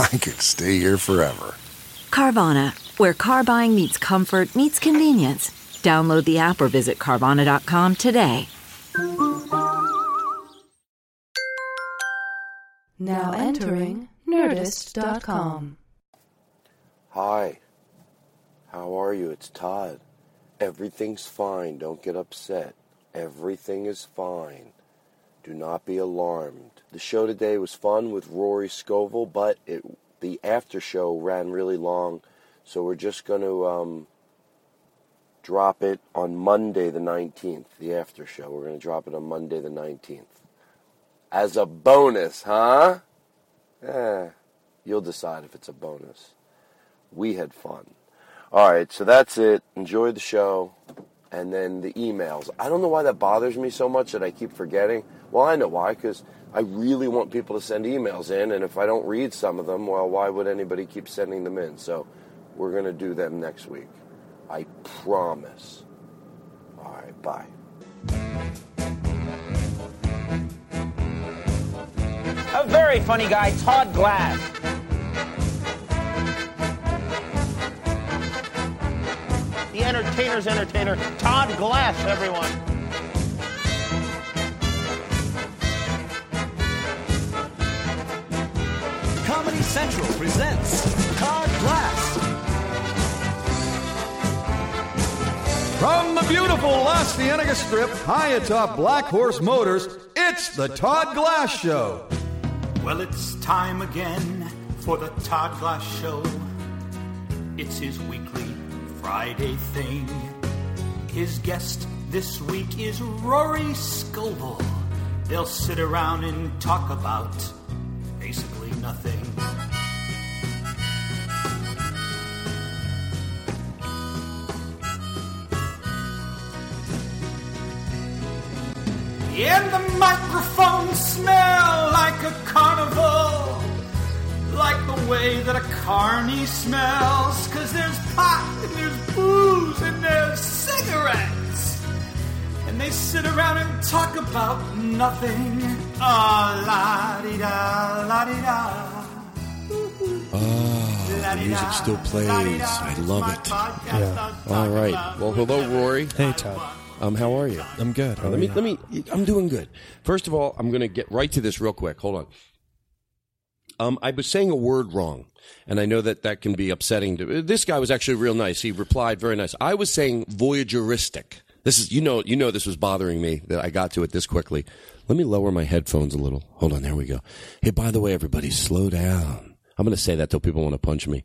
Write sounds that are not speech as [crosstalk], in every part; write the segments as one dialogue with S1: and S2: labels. S1: I could stay here forever.
S2: Carvana, where car buying meets comfort, meets convenience. Download the app or visit Carvana.com today.
S3: Now entering Nerdist.com.
S4: Hi. How are you? It's Todd. Everything's fine. Don't get upset. Everything is fine. Do not be alarmed. The show today was fun with Rory Scovel, but it the after show ran really long, so we're just going to um, drop it on Monday the 19th, the after show. We're going to drop it on Monday the 19th. As a bonus, huh? Eh, you'll decide if it's a bonus. We had fun. All right, so that's it. Enjoy the show. And then the emails. I don't know why that bothers me so much that I keep forgetting. Well, I know why, because I really want people to send emails in, and if I don't read some of them, well, why would anybody keep sending them in? So we're going to do them next week. I promise. All right, bye.
S5: A very funny guy, Todd Glass. The entertainer's entertainer, Todd Glass, everyone.
S6: Comedy Central presents Todd Glass. From the beautiful Las Vegas Strip, high atop Black Horse Motors, it's the Todd Glass Show.
S7: Well, it's time again for the Todd Glass Show. It's his weekly Friday thing. His guest this week is Rory Scoble. They'll sit around and talk about basically nothing. And the microphones smell like a carnival. Like the way that a carny smells. Cause there's pot and there's booze and there's cigarettes. And they sit around and talk about nothing. Ah, la di da, la di da.
S8: Ah, The music still plays. I love it.
S7: Yeah.
S8: All right. Well, hello, Rory. Hey, Todd. Um, how are you?
S9: I'm good. How
S8: let
S9: are
S8: me.
S9: you?
S8: Let me. I'm doing good. First of all, I'm going to get right to this real quick. Hold on. Um, I was saying a word wrong, and I know that that can be upsetting. To, this guy was actually real nice. He replied very nice. I was saying voyageristic. This is you know you know this was bothering me that I got to it this quickly. Let me lower my headphones a little. Hold on, there we go. Hey, by the way, everybody, slow down. I'm going to say that till people want to punch me.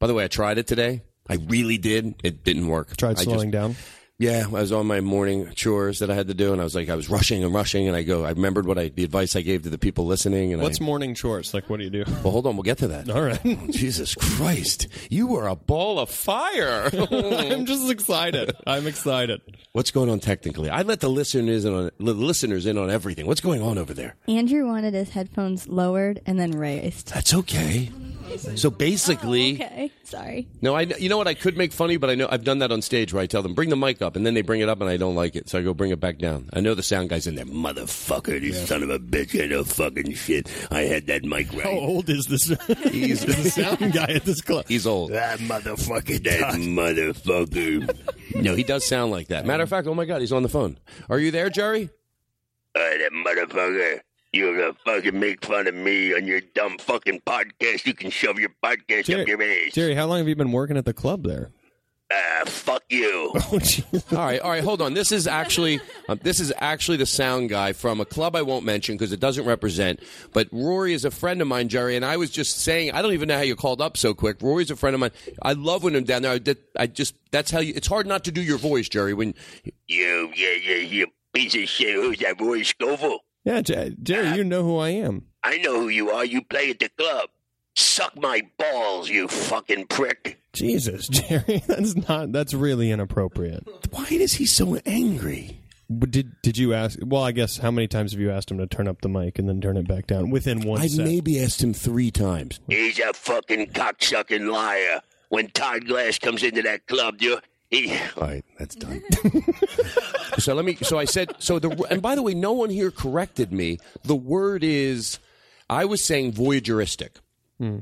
S8: By the way, I tried it today. I really did. It didn't work.
S9: Tried
S8: I just-
S9: slowing down.
S8: yeah, I was on my morning chores that I had to do, and I was like, I was rushing and rushing, and I go, I remembered what I, the advice I gave to the people listening, and
S9: What's
S8: I,
S9: morning chores? Like, what do [laughs] you do?
S8: well, hold on, we'll get to that.
S9: All right.
S8: [laughs] Jesus Christ, you were a ball of fire.
S9: [laughs]
S5: Mm.
S9: I'm just excited. I'm excited.
S8: What's going on technically? I let the listeners in on the listeners in on everything. What's going on over there?
S4: [laughs]
S10: Andrew wanted his headphones lowered and then raised.
S8: That's okay.
S4: So basically,
S3: okay, sorry.
S4: no, I you know what I could make funny, but I know I've done that on stage where I tell them bring the mic up, and then they bring it up, and I don't like it, so I go bring it back down. I know the sound guy's in there, motherfucker, you son of a bitch, I know fucking shit. I had that mic right.
S9: How old is this?
S4: [laughs]
S9: He's the sound guy at this club.
S4: He's old.
S9: That motherfucking
S4: That motherfucker. no, he does sound like that. Matter of fact, oh my god, he's on the phone. Are you there, Jerry?
S5: that motherfucker. You're gonna fucking make fun of me on your dumb fucking podcast. You can shove your podcast up your ass.
S9: Jerry, how long have you been working at the club there? Oh,
S5: Ah, fuck
S9: [laughs]
S5: you.
S4: all right, all right, hold on. This is actually um, this is actually the sound guy from a club I won't mention because it doesn't represent. But Rory is a friend of mine, Jerry, and I was just saying I don't even know how you called up so quick. Rory's a friend of mine. I love when I'm down there. I, did, I just that's how you. It's hard not to do your voice, Jerry. When
S5: You, yeah, yeah, you piece of shit. Who's that Roy Scoville? Uh,
S9: Yeah, J- Jerry, you know who I am.
S5: I know who you are. You play at the club. Suck my balls, you fucking prick.
S9: Jesus, [laughs] Jerry, that's not that's really inappropriate.
S4: Why is he so angry?
S9: But did did you ask? Well, I guess how many times have you asked him to turn up the mic and then turn it back down within one?
S4: I
S9: set?
S4: maybe asked him three times.
S5: He's a fucking cocksucking liar. When Todd Glass comes into that club, dude, he. [laughs]
S4: All right, that's done. [laughs] so let me. So I said. So the. And by the way, no one here corrected me. The word is. I was saying voyageristic. Do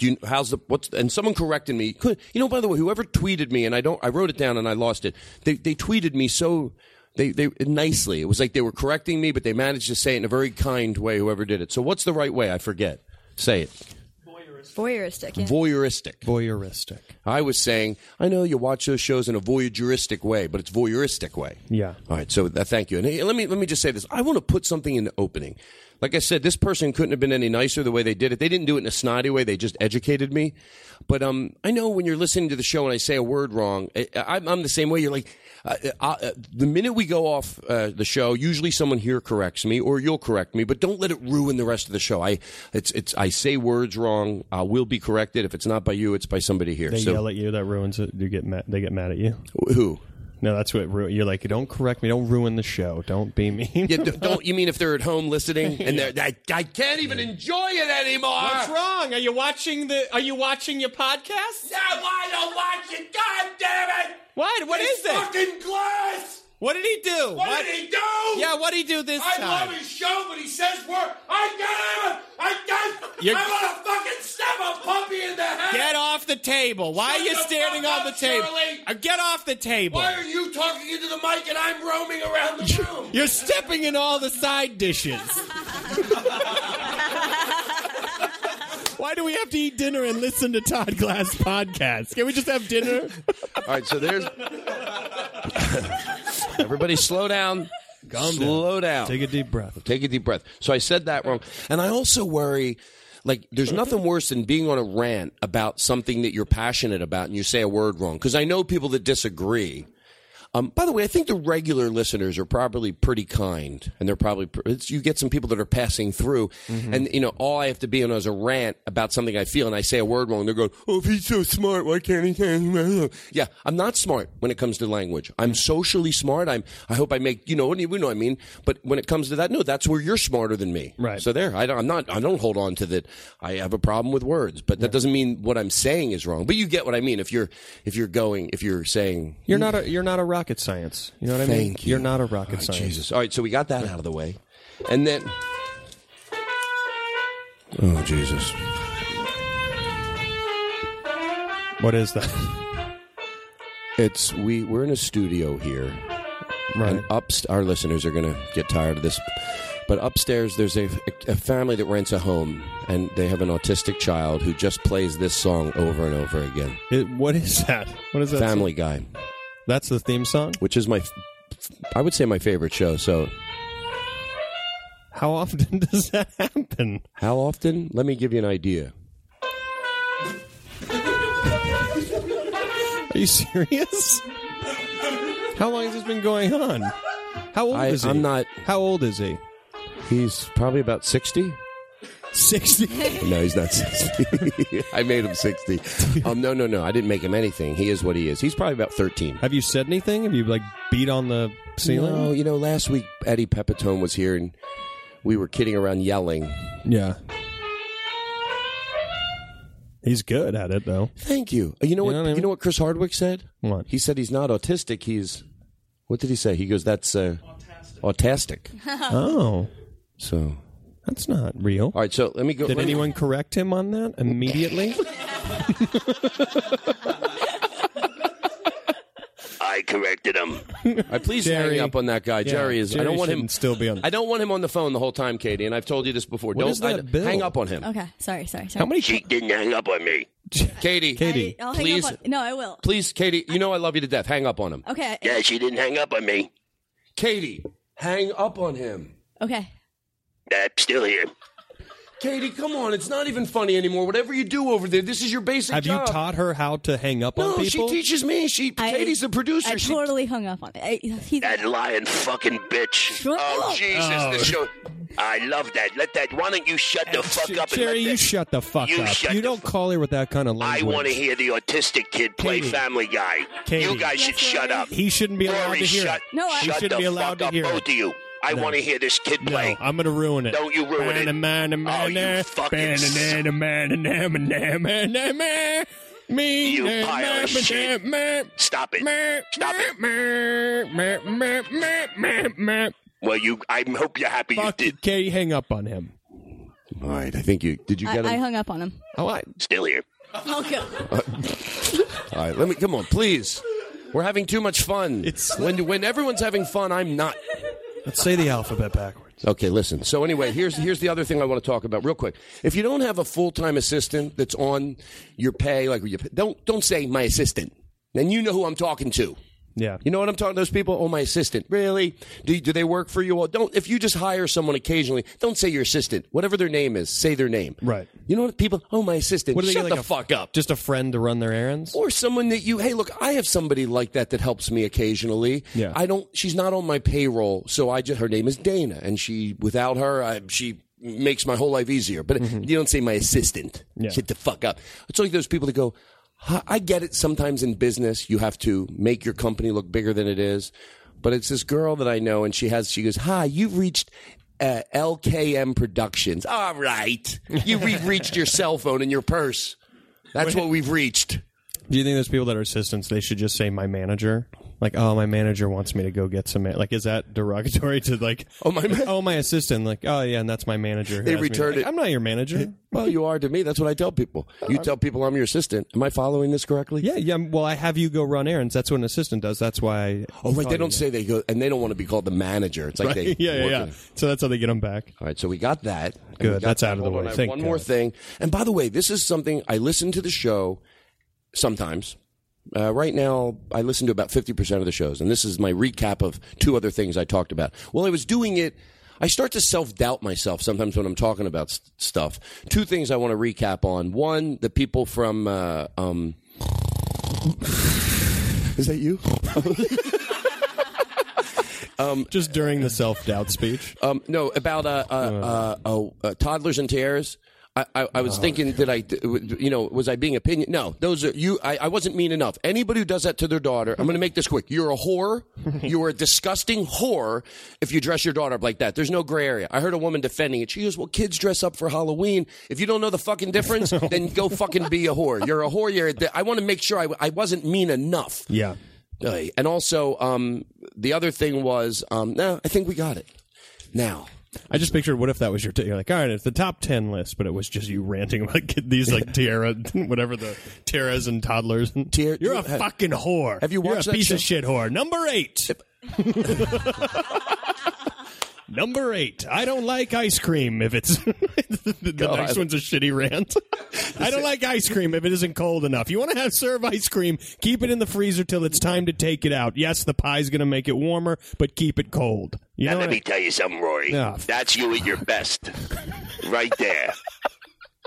S4: you, how's the what's and someone corrected me. Could you know? By the way, whoever tweeted me and I don't. I wrote it down and I lost it. They they tweeted me so. They, they nicely. It was like they were correcting me, but they managed to say it in a very kind way. Whoever did it. So what's the right way? I forget. Say it.
S3: Voyeuristic. Yeah.
S4: Voyeuristic.
S9: Voyeuristic.
S4: I was saying, I know you watch those shows in a voyeuristic way, but it's voyeuristic way.
S9: Yeah.
S7: Oh,
S4: All right. So that, thank you. And hey, let me let me just say this. I want to put something in the opening. Like I said, this person couldn't have been any nicer the way they did it. They didn't do it in a snotty way. They just educated me. But um, I know when you're listening to the show and I say a word wrong, I, I, I'm- I'm the same way. You're like, uh, uh, uh, the minute we go off uh, the show, usually someone here corrects me, or you'll correct me. But don't let it ruin the rest of the show. I it's it's I say words wrong. I will be corrected if it's not by you. It's by somebody here.
S9: They
S4: so
S9: yell at you. That ruins it. You get mad. They get mad at you.
S4: who?
S9: No, that's what ru- you're like. Don't correct me. Don't ruin the show. Don't
S7: [laughs]
S9: be mean.
S4: Yeah, d-
S9: [laughs]
S4: don't you mean if they're at home listening and they're I, I can't even enjoy it anymore?
S9: What's wrong? Are you watching the? Are you watching your podcast?
S7: Yeah, why don't watch it? God damn it!
S9: What? What is
S7: this?
S9: it?
S7: Fucking glass!
S9: What did he do?
S7: What, did he do?
S9: Yeah, what did he do this
S7: I
S9: time?
S7: love his show, but he says word. I got him! I got
S9: You're-
S7: I'm gonna fucking stab a puppy in the head!
S9: Get off the table. Why are
S7: Shut
S9: you
S7: the
S9: standing
S7: fuck
S9: on the
S7: up,
S9: table?
S7: Shirley.
S9: Uh, Get off the table.
S7: Why are you talking into the mic and I'm roaming around the room?
S9: You're stepping in all the side [laughs] dishes. Why do we have to eat dinner and listen to Todd Glass podcast? Can we just have dinner?
S4: All right, so there's [laughs] everybody. Slow down. slow down.
S9: Take a deep breath.
S4: Take a deep breath. So I said that wrong, and I also worry. Like, there's nothing worse than being on a rant about something that you're passionate about, and you say a word wrong. Because I know people that disagree. Um, by the way, I think the regular listeners are probably pretty kind, and they're probably pr- it's, you get some people that are passing through, and you know all I have to be on is a rant about something I feel, and I say a word wrong, they're going, "Oh, if he's so smart, why can't he?" Can't? Yeah, I'm not smart when it comes to language. I'm socially smart. I'm. I hope I make you know. You know what I mean. But when it comes to that, no, that's where you're smarter than me.
S9: Right.
S4: So there, I don't, I'm not. I don't hold on to that. I have a problem with words, but that doesn't mean what I'm saying is wrong. But you get what I mean. If you're if you're going if you're saying
S9: You're not a you're not a rocket science. You know what I mean?
S4: Thank you.
S9: are not a rocket
S4: Oh,
S9: science.
S4: Jesus. All right, so we got that out of the way. And then. Oh, Jesus.
S9: What is that?
S4: It's we we're in a studio here,
S9: [laughs] Right.
S4: and up our listeners are going to get tired of this, but upstairs there's a, a family that rents a home, and they have an autistic child who just plays this song over and over again.
S9: It, what is that? What is that?
S4: family Guy,
S9: That's the theme song.
S4: which is my, f- I would say my favorite show. So
S9: How often [laughs] does that happen?
S4: how often? Let me give you an idea.
S9: Are you serious? How long has this been going on? How old
S4: I-
S9: is he?
S4: I'm not-
S9: How old is he?
S4: He's probably about sixty.
S9: Sixty. [laughs]
S4: [laughs] No, he's not 60. [laughs] I made him 60. Um, no, no, no. I didn't make him anything. He is what he is. He's probably about 13.
S9: Have you said anything? Have you like beat on the ceiling?
S4: No, you know, last week Eddie Pepitone was here and we were kidding around yelling.
S9: Yeah. He's good at it though.
S4: Thank you. Uh, You know what? You know what Chris Hardwick said. What he said? He's not autistic. He's what did he say? He goes, "That's uh, autistic."
S9: Oh.
S4: So
S9: that's not real. All
S4: right. So let me go.
S9: Did
S4: let me-
S9: anyone correct him on that
S11: [laughs]
S9: immediately?
S11: I corrected
S4: [laughs]
S11: him.
S4: I please hang up on that guy.
S9: Yeah,
S4: Jerry is. I
S9: Jerry
S4: don't want him
S9: shouldn't still be on-
S4: I don't want him on the phone the whole time, Katie. And I've told you this before.
S9: What
S4: don't
S9: is that
S4: I-
S9: bill?
S4: hang up on him.
S3: Okay, sorry, sorry, sorry.
S4: How many-
S11: She didn't hang up on me.
S4: Katie, Katie,
S3: I'll hang
S4: please,
S3: up on- no, I will.
S4: please, Katie. You know I love you to death. Hang up on him.
S3: Okay.
S11: Yeah, she didn't hang up on me.
S4: Katie, hang up on him.
S3: Okay.
S11: I'm still here.
S4: Katie, come on. It's not even funny anymore. Whatever you do over there, this is your basic
S9: Have you
S4: job.
S9: taught her how to hang up on
S4: No, she
S9: people?
S4: teaches me. She
S3: I-
S4: Katie's the producer.
S3: I
S4: she
S3: totally hung up on it. I, he's
S11: That lying fucking bitch.
S3: Shut
S11: oh,
S3: up.
S11: Jesus,
S9: Oh.
S11: the show. I love that. Let that. Why don't you shut the fuck up and
S9: Jerry,
S11: let
S9: you
S11: that-
S9: shut the fuck
S11: You
S9: up.
S11: shut
S9: you
S11: the
S9: don't call her with that kind of
S11: I
S9: language.
S11: want to hear the autistic kid play
S9: Katie.
S11: Family Guy.
S9: Katie.
S11: You guys should shut up.
S9: He shouldn't be allowed
S11: Rory,
S9: to hear
S11: Shut,
S9: it. No, I- He
S11: shut
S9: shouldn't
S11: the
S9: be allowed
S11: fuck
S9: to
S11: up,
S9: hear it.
S11: both of you. I
S9: No.
S11: want to hear this kid
S9: no,
S11: play.
S9: I'm going to ruin it.
S11: Don't you ruin it. Oh, you fucking suck.
S9: Me,
S11: You pile of shit. Stop it. Stop it. Well, you. I hope you're happy
S9: Fuck
S11: you
S9: you,
S11: did.
S9: Katie, hang up on him.
S4: All right, I think you did. You
S3: I,
S4: get
S3: I
S4: him.
S3: hung up on him.
S9: Oh, I,
S11: Still here.
S3: Oh, good.
S4: All right, let me come on, please. We're having too much fun. It's when when everyone's having fun, I'm not.
S9: let's say the alphabet backwards.
S4: Okay, listen. So anyway, here's here's the other thing I want to talk about real quick. If you don't have a full time assistant that's on your pay, like you, don't don't say my assistant. Then you know who I'm talking to.
S9: Yeah.
S4: You know what I'm talking? Those people. Oh, my assistant. Really? Do do they work for you? Well, don't. If you just hire someone occasionally, don't say your assistant. Whatever their name is, say their name.
S9: Right.
S4: You know what? People. Oh, my assistant.
S9: What do they
S4: Shut
S9: get,
S4: the
S9: like a-
S4: fuck up.
S9: Just a friend to run their errands?
S4: or someone that you hey look i have somebody like that that helps me occasionally
S9: Yeah.
S4: i don't she's not on my payroll so i just her name is dana and she without her I, she makes my whole life easier but you don't say my assistant
S9: Mm-hmm. Yeah.
S4: shut the fuck up it's like those people that go "Huh, i get it sometimes in business you have to make your company look bigger than it is but it's this girl that i know and she has she goes hi you've reached uh, LKM Productions. All right. You, we've reached your cell phone and your purse. That's what we've reached.
S9: Do you think those people that are assistants, they should just say my manager? Like, oh, my manager wants me to go get some. ma-" Like, is that derogatory to like?
S4: Oh, my ma-
S9: oh, my assistant. Like, oh yeah, and that's my manager. who
S4: They
S9: asked me to-
S4: returned
S9: like,
S4: it.
S9: I'm not
S4: [laughs]
S9: your manager.
S4: Well, you are to me. That's what I tell people. You tell people I'm your assistant. Am I following this correctly?
S9: yeah, yeah. Well, I have you go run errands. That's what an assistant does. That's why. I
S4: Oh, right.
S9: Oh,
S4: They don't
S9: yeah.
S4: say they go, and they don't want to be called the manager. It's like they.
S9: Right? [laughs] yeah, yeah,
S4: work
S9: yeah.
S4: in-
S9: So that's how they get them back.
S4: All right, so we got that. And we
S9: Good,
S4: got
S9: that's
S4: that.
S9: out of the
S4: Hold
S9: way.
S4: on, I have
S9: Thank
S4: one more
S9: God.
S4: thing. And by the way, this is something I listen to the show sometimes. Uh, right now, I listen to about 50% of the shows, and this is my recap of two other things I talked about. Well, I was doing it, I start to self doubt myself sometimes when I'm talking about st- stuff. Two things I want to recap on. One, the people from. Uh, um, is that you?
S9: Just during the self doubt speech.
S4: Um, no, about uh, uh, uh, oh, uh, toddlers and tears. I, I, I was thinking that I, you know, was I being opinion? No, those are you. I, I wasn't mean enough. Anybody who does that to their daughter, I'm going to make this quick. You're a whore. You are a disgusting whore if you dress your daughter up like that. There's no gray area. I heard a woman defending it. She goes, "Well, kids dress up for Halloween. If you don't know the fucking difference, then go fucking be a whore. You're a whore. You're. A di- I want to make sure I, I wasn't mean enough.
S9: Yeah.
S4: Uh, and also, um, the other thing was, um, no, I think we got it. Now,
S9: I just pictured what if that was your. T- you're like, all right, it's the top ten list, but it was just you ranting about kid- these like tiara, [laughs] whatever the tiaras and toddlers. And
S4: Tiara-
S9: you're a
S4: have-
S9: fucking whore.
S4: have you watched that
S9: You're a piece of
S4: show?
S9: shit whore. Number eight. [laughs] Number eight. I don't like ice cream if it's [laughs] the next one's a shitty rant. [laughs] I don't like ice cream if it isn't cold enough. You want to have serve ice cream, keep it in the freezer till it's time to take it out. Yes, the pie's going to make it warmer, but keep it cold. You
S11: Now,
S9: know
S11: let
S9: what I-
S11: me tell you something, Rory.
S9: Yeah.
S11: That's you at your best. right there.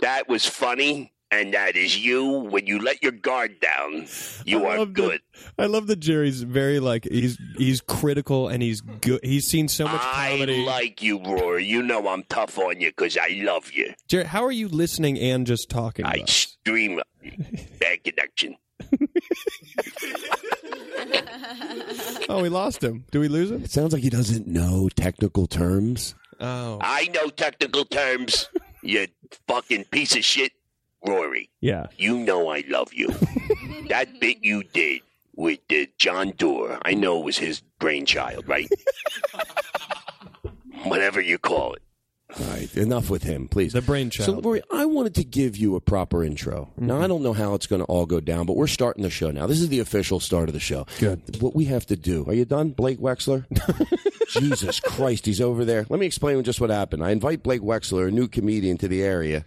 S11: That was funny, and that is you. When you let your guard down, you
S9: I
S11: are
S9: love
S11: good.
S9: That, I love that Jerry's very like he's he's critical and he's good. He's seen so much
S11: I
S9: comedy.
S11: like you, Rory. You know I'm tough on you because I love you.
S9: Jerry, how are you listening and just talking?
S11: I
S9: about it?
S11: stream
S9: [laughs]
S11: bad connection.
S9: Oh, we lost him. Do we lose him?
S4: It sounds like he doesn't know technical terms.
S9: Oh, [laughs]
S11: I know technical terms. You fucking piece of shit. Rory,
S12: Yeah.
S11: you know I love you. that bit you did with the John Doerr, I know it was his brainchild,
S4: [laughs]
S11: right? Whatever you call it.
S4: All right, enough with him, please. The
S9: brainchild.
S4: So, Lori, I wanted to give you a proper intro. Now, I don't know how it's going to all go down, but we're starting the show now. This is the official start of the show. Good. What we have to do. Are you done, Blake Wexler? Jesus Christ, he's over there. Let me explain just what happened. I invite Blake Wexler, a new comedian, to the area.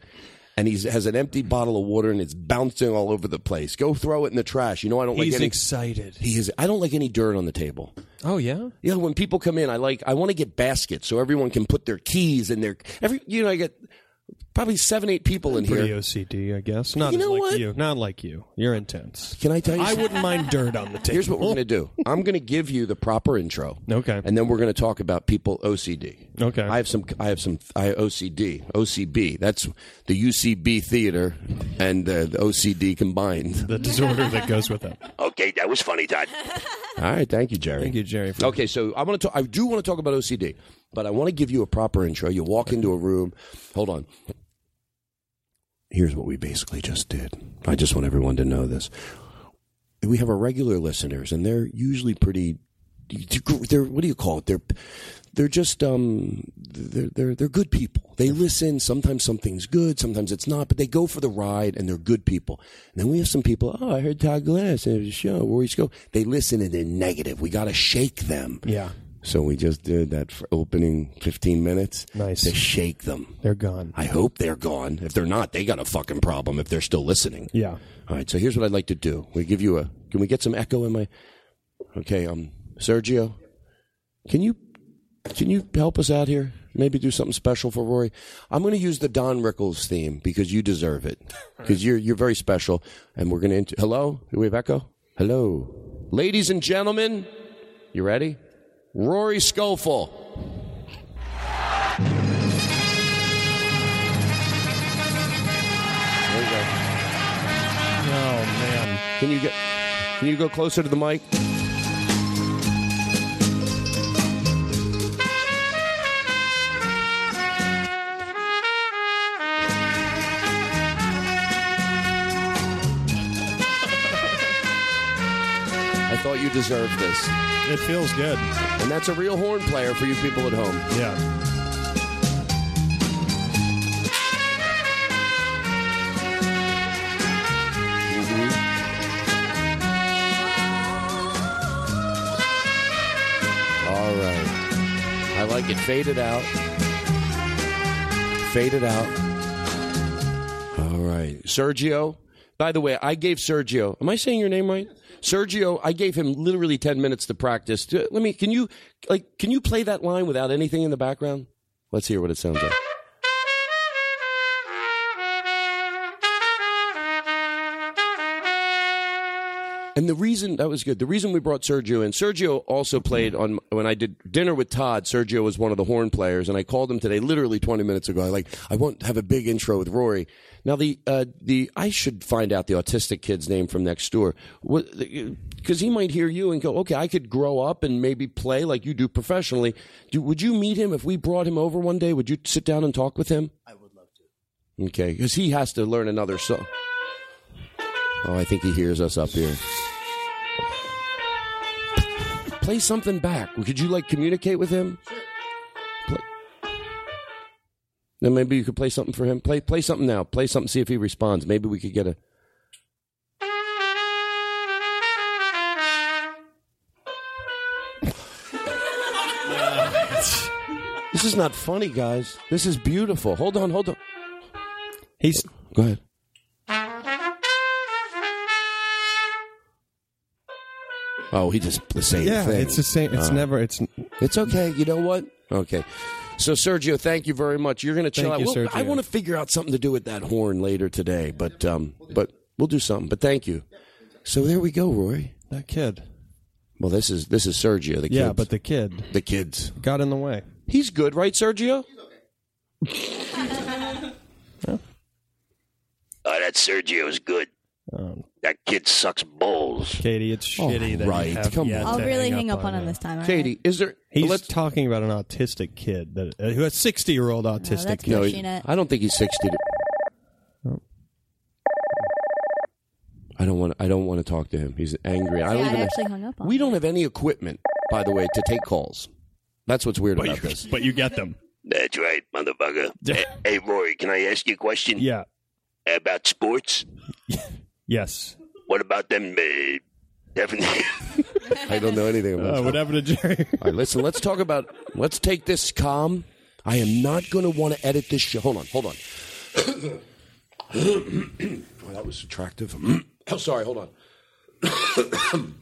S4: And he has an empty bottle of water and it's bouncing all over the place. Go throw it in the trash. You know I don't
S9: He's
S4: like any
S9: excited.
S4: He is. I don't like any dirt on the table.
S9: Oh yeah.
S4: Yeah, when people come in, I like I want to get baskets so everyone can put their keys in their every. You know, I get probably seven, eight people in
S9: Pretty
S4: here.
S9: OCD, I guess. Not
S4: You
S9: as
S4: know
S9: like
S4: what?
S9: you. Not like you. You're intense.
S4: [laughs] Can I tell you?
S9: I wouldn't mind dirt on the
S4: [laughs]
S9: table.
S4: Here's what we're gonna do. I'm gonna give you the proper intro. Okay. And then we're gonna talk about people OCD. Okay. I have some. I have some. I OCD. OCB. That's the UCB theater and uh, the OCD combined. The
S9: disorder that goes with it.
S11: Okay, that was funny, Todd.
S4: All right, thank you, Jerry. [laughs] Thank
S9: you, Jerry.
S4: [laughs] okay, so I want to. Talk, I do want to talk about OCD, but I want to give you a proper intro. You walk into a room. Hold on. Here's what we basically just did. I just want everyone to know this. We have our regular listeners, and they're usually pretty. They're what do you call it? They're they're just um they're they're, they're good people. They listen. Sometimes something's good, sometimes it's not, but they go for the ride, and they're good people. And then we have some people. Oh, I heard Todd Glass at a show. Where he's go? They listen and they're negative. We got to shake them.
S9: Yeah.
S4: So we just did that for opening 15 minutes. Nice. To shake them.
S9: They're gone.
S4: I hope they're gone. If they're not, they got a fucking problem if they're still listening.
S9: Yeah.
S4: All right, so here's what I'd like to do. We give you a Can we get some echo in my Okay, um Sergio, can you can you help us out here? Maybe do something special for Rory. I'm going to use the Don Rickles theme because you deserve it. Because you're you're very special, and we're going to. Int- Hello, do we have echo? Hello, ladies and gentlemen, you ready? Rory Scofield. There you go.
S9: Oh man.
S4: Can you get Can you go closer to the mic? I thought you deserved this.
S9: It feels good.
S4: And that's a real horn player for you people at home.
S9: Yeah.
S4: All right. I like it. Fade it out. Fade it out. All right. Sergio. By the way, I gave Sergio. Am I saying your name right? Sergio, I gave him literally 10 minutes to practice. Uh, Let me can you like can you play that line without anything in the background? Let's hear what it sounds like. And the reason that was good. The reason we brought Sergio in. Sergio also played on when I did dinner with Todd. Sergio was one of the horn players, and I called him today, literally 20 minutes ago. I like I won't have a big intro with Rory. Now the uh, the I should find out the autistic kid's name from next door because he might hear you and go, okay, I could grow up and maybe play like you do professionally. Do, would you meet him if we brought him over one day? Would you sit down and talk with him? I would love to. Okay, because he has to learn another song. Oh, I think he hears us up here. Play something back. Could you like communicate with him? Play. Then maybe you could play something for him. Play play something now. Play something. See if he responds. Maybe we could get a. This is not funny, guys. This is beautiful. Hold on, hold on.
S9: He's
S4: go ahead. Oh, he just the same
S9: Yeah,
S4: thing. Uh,
S9: it's the same- it's never- It's
S4: it's okay. You know what? Okay. So Sergio, thank you very much. You're going to chill
S9: Thank
S4: out.
S9: you,
S4: We'll- I
S9: Sergio.
S4: want to figure out something to do with that horn later today, but um, but we'll do something. But thank you. So there we go, Rory.
S9: That kid.
S4: Well, this is this is Sergio. The
S9: Yeah,
S4: kids.
S9: but the kid.
S4: The kids.
S9: Got in the way.
S4: He's good, right, Sergio?
S11: [laughs] Oh, that Sergio's good. that kid sucks balls.
S9: Katie, it's
S11: Oh,
S9: Um, shitty that
S11: right,
S9: you have
S11: come
S9: yet
S11: on.
S9: to
S3: I'll really hang
S9: up
S3: up on him this time. all right?
S4: is there?
S9: He's talking about an autistic kid that uh, who has sixty year old autistic
S3: that's
S9: kid.
S3: pushing it.
S4: I don't think he's sixty. I don't want. I don't want to talk to him. He's angry. I
S3: Yeah,
S4: don't
S3: I
S4: even.
S3: actually hung up on
S4: we don't have any equipment, by the way, to take calls. That's what's weird
S9: But
S4: about
S9: you-
S4: this.
S9: But you get them.
S11: That's right, motherfucker. hey, hey, Rory, can I ask you a question?
S9: Yeah.
S11: About sports?
S9: [laughs] Yes.
S11: What about them? Uh, definitely.
S4: I don't know anything
S9: [laughs]
S4: about.
S9: Uh,
S4: that.
S9: what happened to Jerry?
S4: All right, listen, let's talk about. Let's take this calm. I am not going to want to edit this show. Hold on, hold on. [coughs] Boy, that was attractive. [coughs] oh, sorry, hold on. [coughs]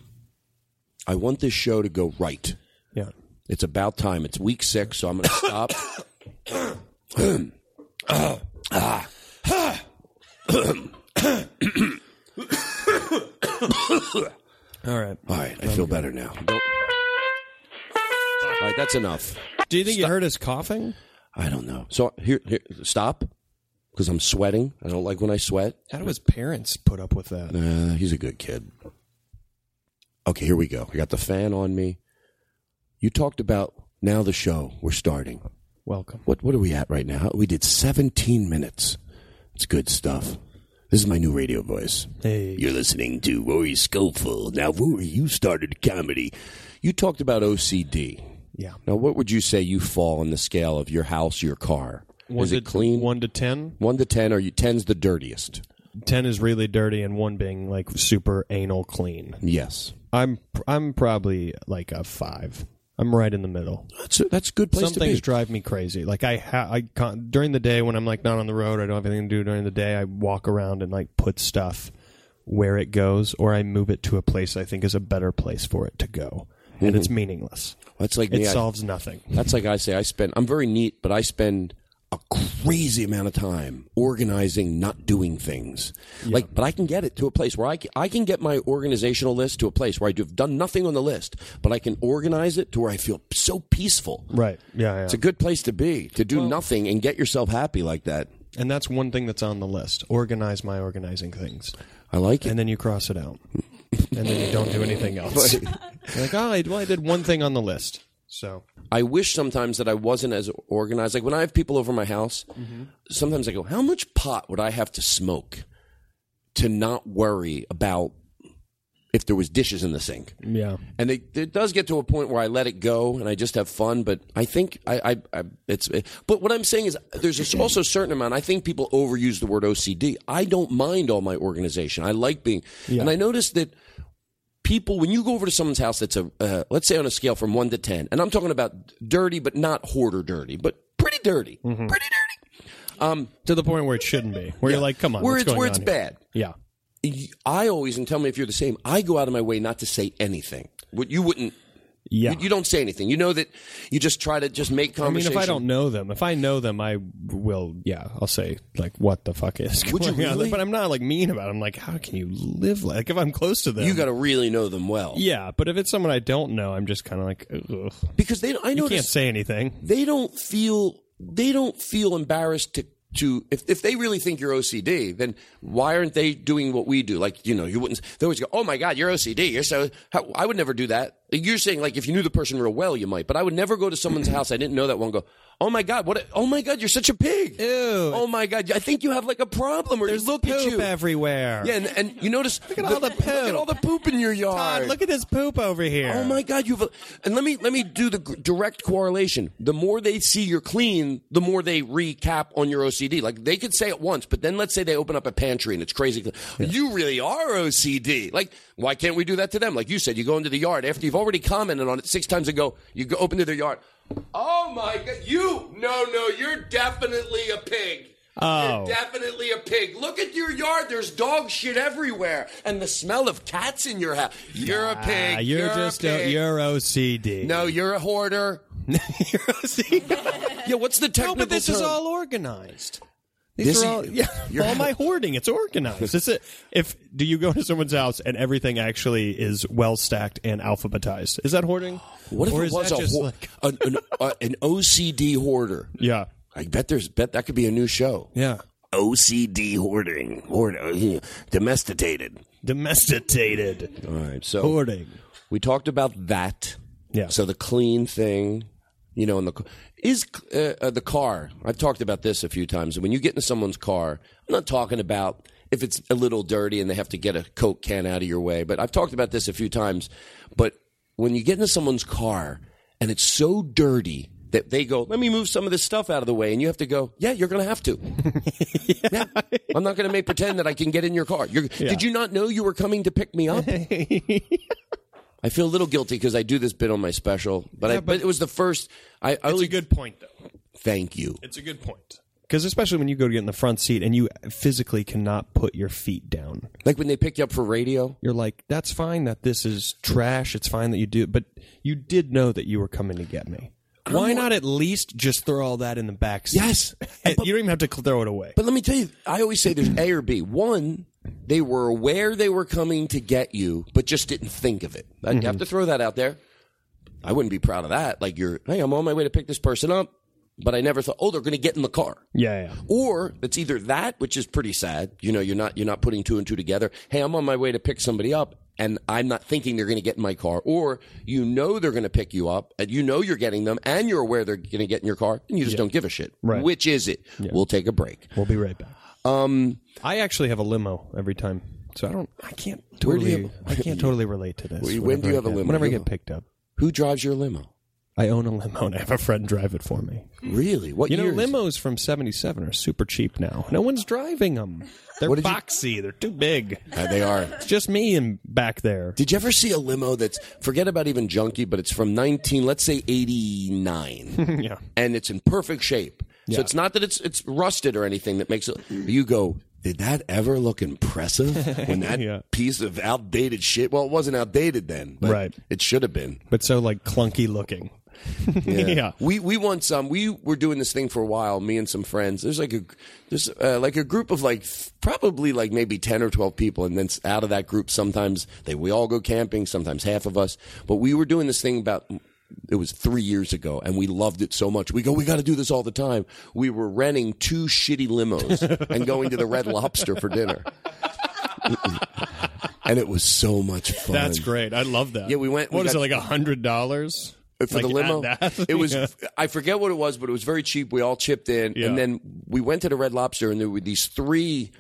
S4: I want this show to go right.
S9: Yeah.
S4: It's about time. It's week six, so I'm going to stop. Ah.
S9: All right.
S4: All right, I feel better now. Don't- All right, that's enough.
S9: Do you think you heard us coughing?
S4: I don't know. So here, here stop, because I'm sweating. I don't like when I sweat.
S9: How do his parents put up with that?
S4: Nah, he's a good kid. Okay, here we go. I got the fan on me. You talked about now the show we're starting.
S9: Welcome.
S4: What what are we at right now? We did 17 minutes. It's good stuff. This is my new radio voice.
S9: Hey.
S4: You're listening to Rory Scofell. Now, Rory, you started comedy. You talked about OCD.
S9: Yeah.
S4: Now, what would you say you fall on the scale of your house, your car?
S9: One
S4: is
S9: to-
S4: it clean?
S9: One to ten.
S4: One to ten, or you ten's the dirtiest?
S9: Ten is really dirty, and one being like super anal clean.
S4: Yes.
S9: I'm I'm probably like a five. I'm right in the middle.
S4: That's a, that's a good place
S9: Some
S4: to
S9: things
S4: be.
S9: drive me crazy. Like I, ha- I con- during the day when I'm like not on the road, I don't have anything to do during the day. I walk around and like put stuff where it goes, or I move it to a place I think is a better place for it to go, and
S4: Mm-hmm.
S9: it's meaningless.
S4: That's like
S9: it
S4: me, I-
S9: solves nothing.
S4: That's like I say. I spend. I'm very neat, but I spend a crazy amount of time organizing, not doing things. Like, but I can get it to a place where I can, I can get my organizational list to a place where I do, have done nothing on the list, but I can organize it to where I feel so peaceful.
S9: Right. Yeah. yeah.
S4: It's a good place to be to do nothing and get yourself happy like that.
S9: and that's one thing that's on the list. Organize my organizing things.
S4: I like it.
S9: And then you cross
S4: [laughs]
S9: it out. and then you don't do anything else. You're like, oh, I, well, I did one thing on the list. So
S4: I wish sometimes that I wasn't as organized. Like when I have people over my house, sometimes I go, how much pot would I have to smoke to not worry about if there was dishes in the sink?
S9: yeah,
S4: And it, it does get to a point where I let it go and I just have fun. But I think I, I, I it's. but what I'm saying is, there's this also a certain amount. I think people overuse the word OCD. I don't mind all my organization. I like being, and I noticed that people when you go over to someone's house that's a uh, let's say on a scale from one to ten, and I'm talking about dirty, but not hoarder dirty, but pretty dirty, pretty dirty. Um,
S9: to the point where it shouldn't be. Where Mm-hmm. you're like, come on,
S4: where
S9: what's
S4: it's
S9: going
S4: where
S9: on
S4: it's
S9: here?
S4: bad.
S9: Yeah.
S4: I always, and tell me if you're the same, I go out of my way not to say anything. What You wouldn't.
S9: Yeah.
S4: You, you don't say anything. You know that you just try to just make
S9: I mean,
S4: conversation.
S9: if I don't know them, if I know them, I will. Yeah, I'll say like, "What the fuck is?"
S4: Would you
S9: going on?
S4: really?
S9: But I'm not like mean about. it. I'm like, how can you live like? If I'm close to them,
S4: you got to really know them well.
S9: Yeah, but if it's someone I don't know, I'm just kind of like, Ugh.
S4: Because they, I
S9: you can't
S4: notice
S9: say anything.
S4: they don't feel they don't feel embarrassed to to if, if they really think you're OCD, then why aren't they doing what we do? Like you know, you wouldn't. They always go, "Oh my God, you're OCD. You're so." How, I would never do that. You're saying like if you knew the person real well, you might. But I would never go to someone's house I didn't know that one. and Go, "Oh my God, what? A, oh my God, you're such a pig. Ew. Oh my God, I think you have like a problem. Or There's look at you.
S9: everywhere.
S4: Yeah, and, and you notice look
S9: at all the poop.
S4: Look at all the poop in your yard.
S9: Todd, look at this poop over here.
S4: Oh my God! You've and let me let me do the g- direct correlation. The more they see you're clean, the more they recap on your OCD. Like they could say it once, but then let's say they open up a pantry and it's crazy. You really are OCD. Like why can't we do that to them? Like you said, you go into the yard after you've already commented on it six times ago. You go open to their yard. Oh my God! You no no! You're definitely a pig.
S9: Oh.
S4: You're definitely a pig. Look at your yard. There's dog shit everywhere, and the smell of cats in your house. You're a pig.
S9: Ah, you're,
S4: a
S9: just
S4: pig.
S9: a, you're OCD.
S4: No, you're a hoarder.
S9: [laughs] you're OCD.
S4: Yeah, what's the
S9: no,
S4: technical
S9: but this is
S4: term?
S9: all organized.
S4: This
S9: These
S4: is-
S9: are all, yeah,
S4: you're-
S9: all
S4: [laughs]
S9: my hoarding. It's organized. It's a, if do you go to someone's house and everything actually is well stacked and alphabetized? Is that hoarding?
S4: What if
S9: Or
S4: it
S9: is
S4: was
S9: that
S4: a
S9: just
S4: hoar-
S9: like-
S4: [laughs] an, an, uh, an OCD hoarder?
S9: yeah,
S4: I bet there's bet that could be a new show.
S9: yeah,
S4: OCD hoarding, hoard, uh, domesticated.
S9: domesticated
S4: All right, so
S9: hoarding.
S4: we talked about that.
S9: Yeah.
S4: So the clean thing, you know, and the is uh, uh, the car. I've talked about this a few times. When you get in someone's car, I'm not talking about if it's a little dirty and they have to get a Coke can out of your way. But I've talked about this a few times. But when you get into someone's car and it's so dirty that they go, let me move some of this stuff out of the way. And you have to go, yeah, you're going to have to. Yeah. [laughs] I'm not going to make pretend that I can get in your car. You're,
S13: Yeah.
S4: Did you not know you were coming to pick me
S9: [laughs]
S4: up? I feel a little guilty because I do this bit on my special, but, I,
S9: Yeah,
S4: but,
S9: but-
S4: it was the first. I, I
S9: It's
S4: only,
S9: a good point, though.
S4: Thank you.
S9: It's a good point. Because especially when you go to get in the front seat and you physically cannot put your feet down.
S4: Like when they pick you up for radio,
S9: you're like, "That's fine. That this is trash. It's fine that you do." it, But you did know that you were coming to get me. Why not at least just throw all that in the back seat? Yes, [laughs] you don't even have to cl- throw it away.
S4: But let me tell you, I always say there's A or B. One, they were aware they were coming to get you, but just didn't think of it. I would have
S9: Mhm.
S4: to throw that out there. I wouldn't be proud of that. Like you're, hey, I'm on my way to pick this person up, but I never thought, oh, they're going to get in the car.
S9: Yeah, yeah.
S4: Or it's either that, which is pretty sad. You know, you're not you're not putting two and two together. Hey, I'm on my way to pick somebody up, and I'm not thinking they're going to get in my car. Or you know they're going to pick you up, and you know you're getting them, and you're aware they're going to get in your car, and you just don't give a shit.
S9: Right.
S4: Which is it? We'll take a break.
S9: We'll be right back.
S4: Um,
S9: I actually have a limo every time, so I don't. I can't
S4: Where do
S9: totally.
S4: you-
S9: I can't totally relate to this.
S4: Wait, when do
S9: whenever
S4: you
S9: I
S4: have a
S9: get-
S4: limo?
S9: Whenever I
S4: You-
S9: get picked up,
S4: Who drives your limo?
S9: I own a limo and I have a friend drive it for me.
S4: Really? What
S9: you know?
S4: year is it?
S9: Limos from '77 are super cheap now. No one's driving them. They're
S4: What did you-
S9: boxy. They're too big.
S4: they are.
S9: It's just me and back there.
S4: Did you ever see a limo that's forget about even junky, but it's from nineteen, let's say eighty nine,
S9: yeah.
S4: and it's in perfect shape.
S9: Yeah.
S4: So it's not that it's it's rusted or anything that makes it. You go. Did that ever look impressive
S9: [laughs]
S4: when that
S9: Yeah.
S4: piece of outdated shit? Well, it wasn't outdated then, but
S9: Right.
S4: It should have been.
S9: but so like
S4: [laughs]
S9: clunky looking. [laughs] Yeah.
S4: We we once um we were doing this thing for a while. Me and some friends. There's like a there's uh, like a group of like th- probably like maybe ten or twelve people, and then s- out of that group, sometimes they we all go camping. Sometimes half of us. But we were doing this thing about it was three years ago, and we loved it so much. We go, we got to do this all the time. We were renting two shitty
S9: [laughs]
S4: limos and going to the Red Lobster for dinner. [laughs] and it was so much fun.
S9: That's great. I love that.
S4: Yeah, we went- we
S9: What is
S4: got-
S9: it like? A hundred dollars
S4: for the limo. [laughs]
S9: [laughs]
S4: It was I forget what it was, but it was very cheap. We all chipped in,
S9: Yeah.
S4: and then we went to the Red Lobster, and there were these three,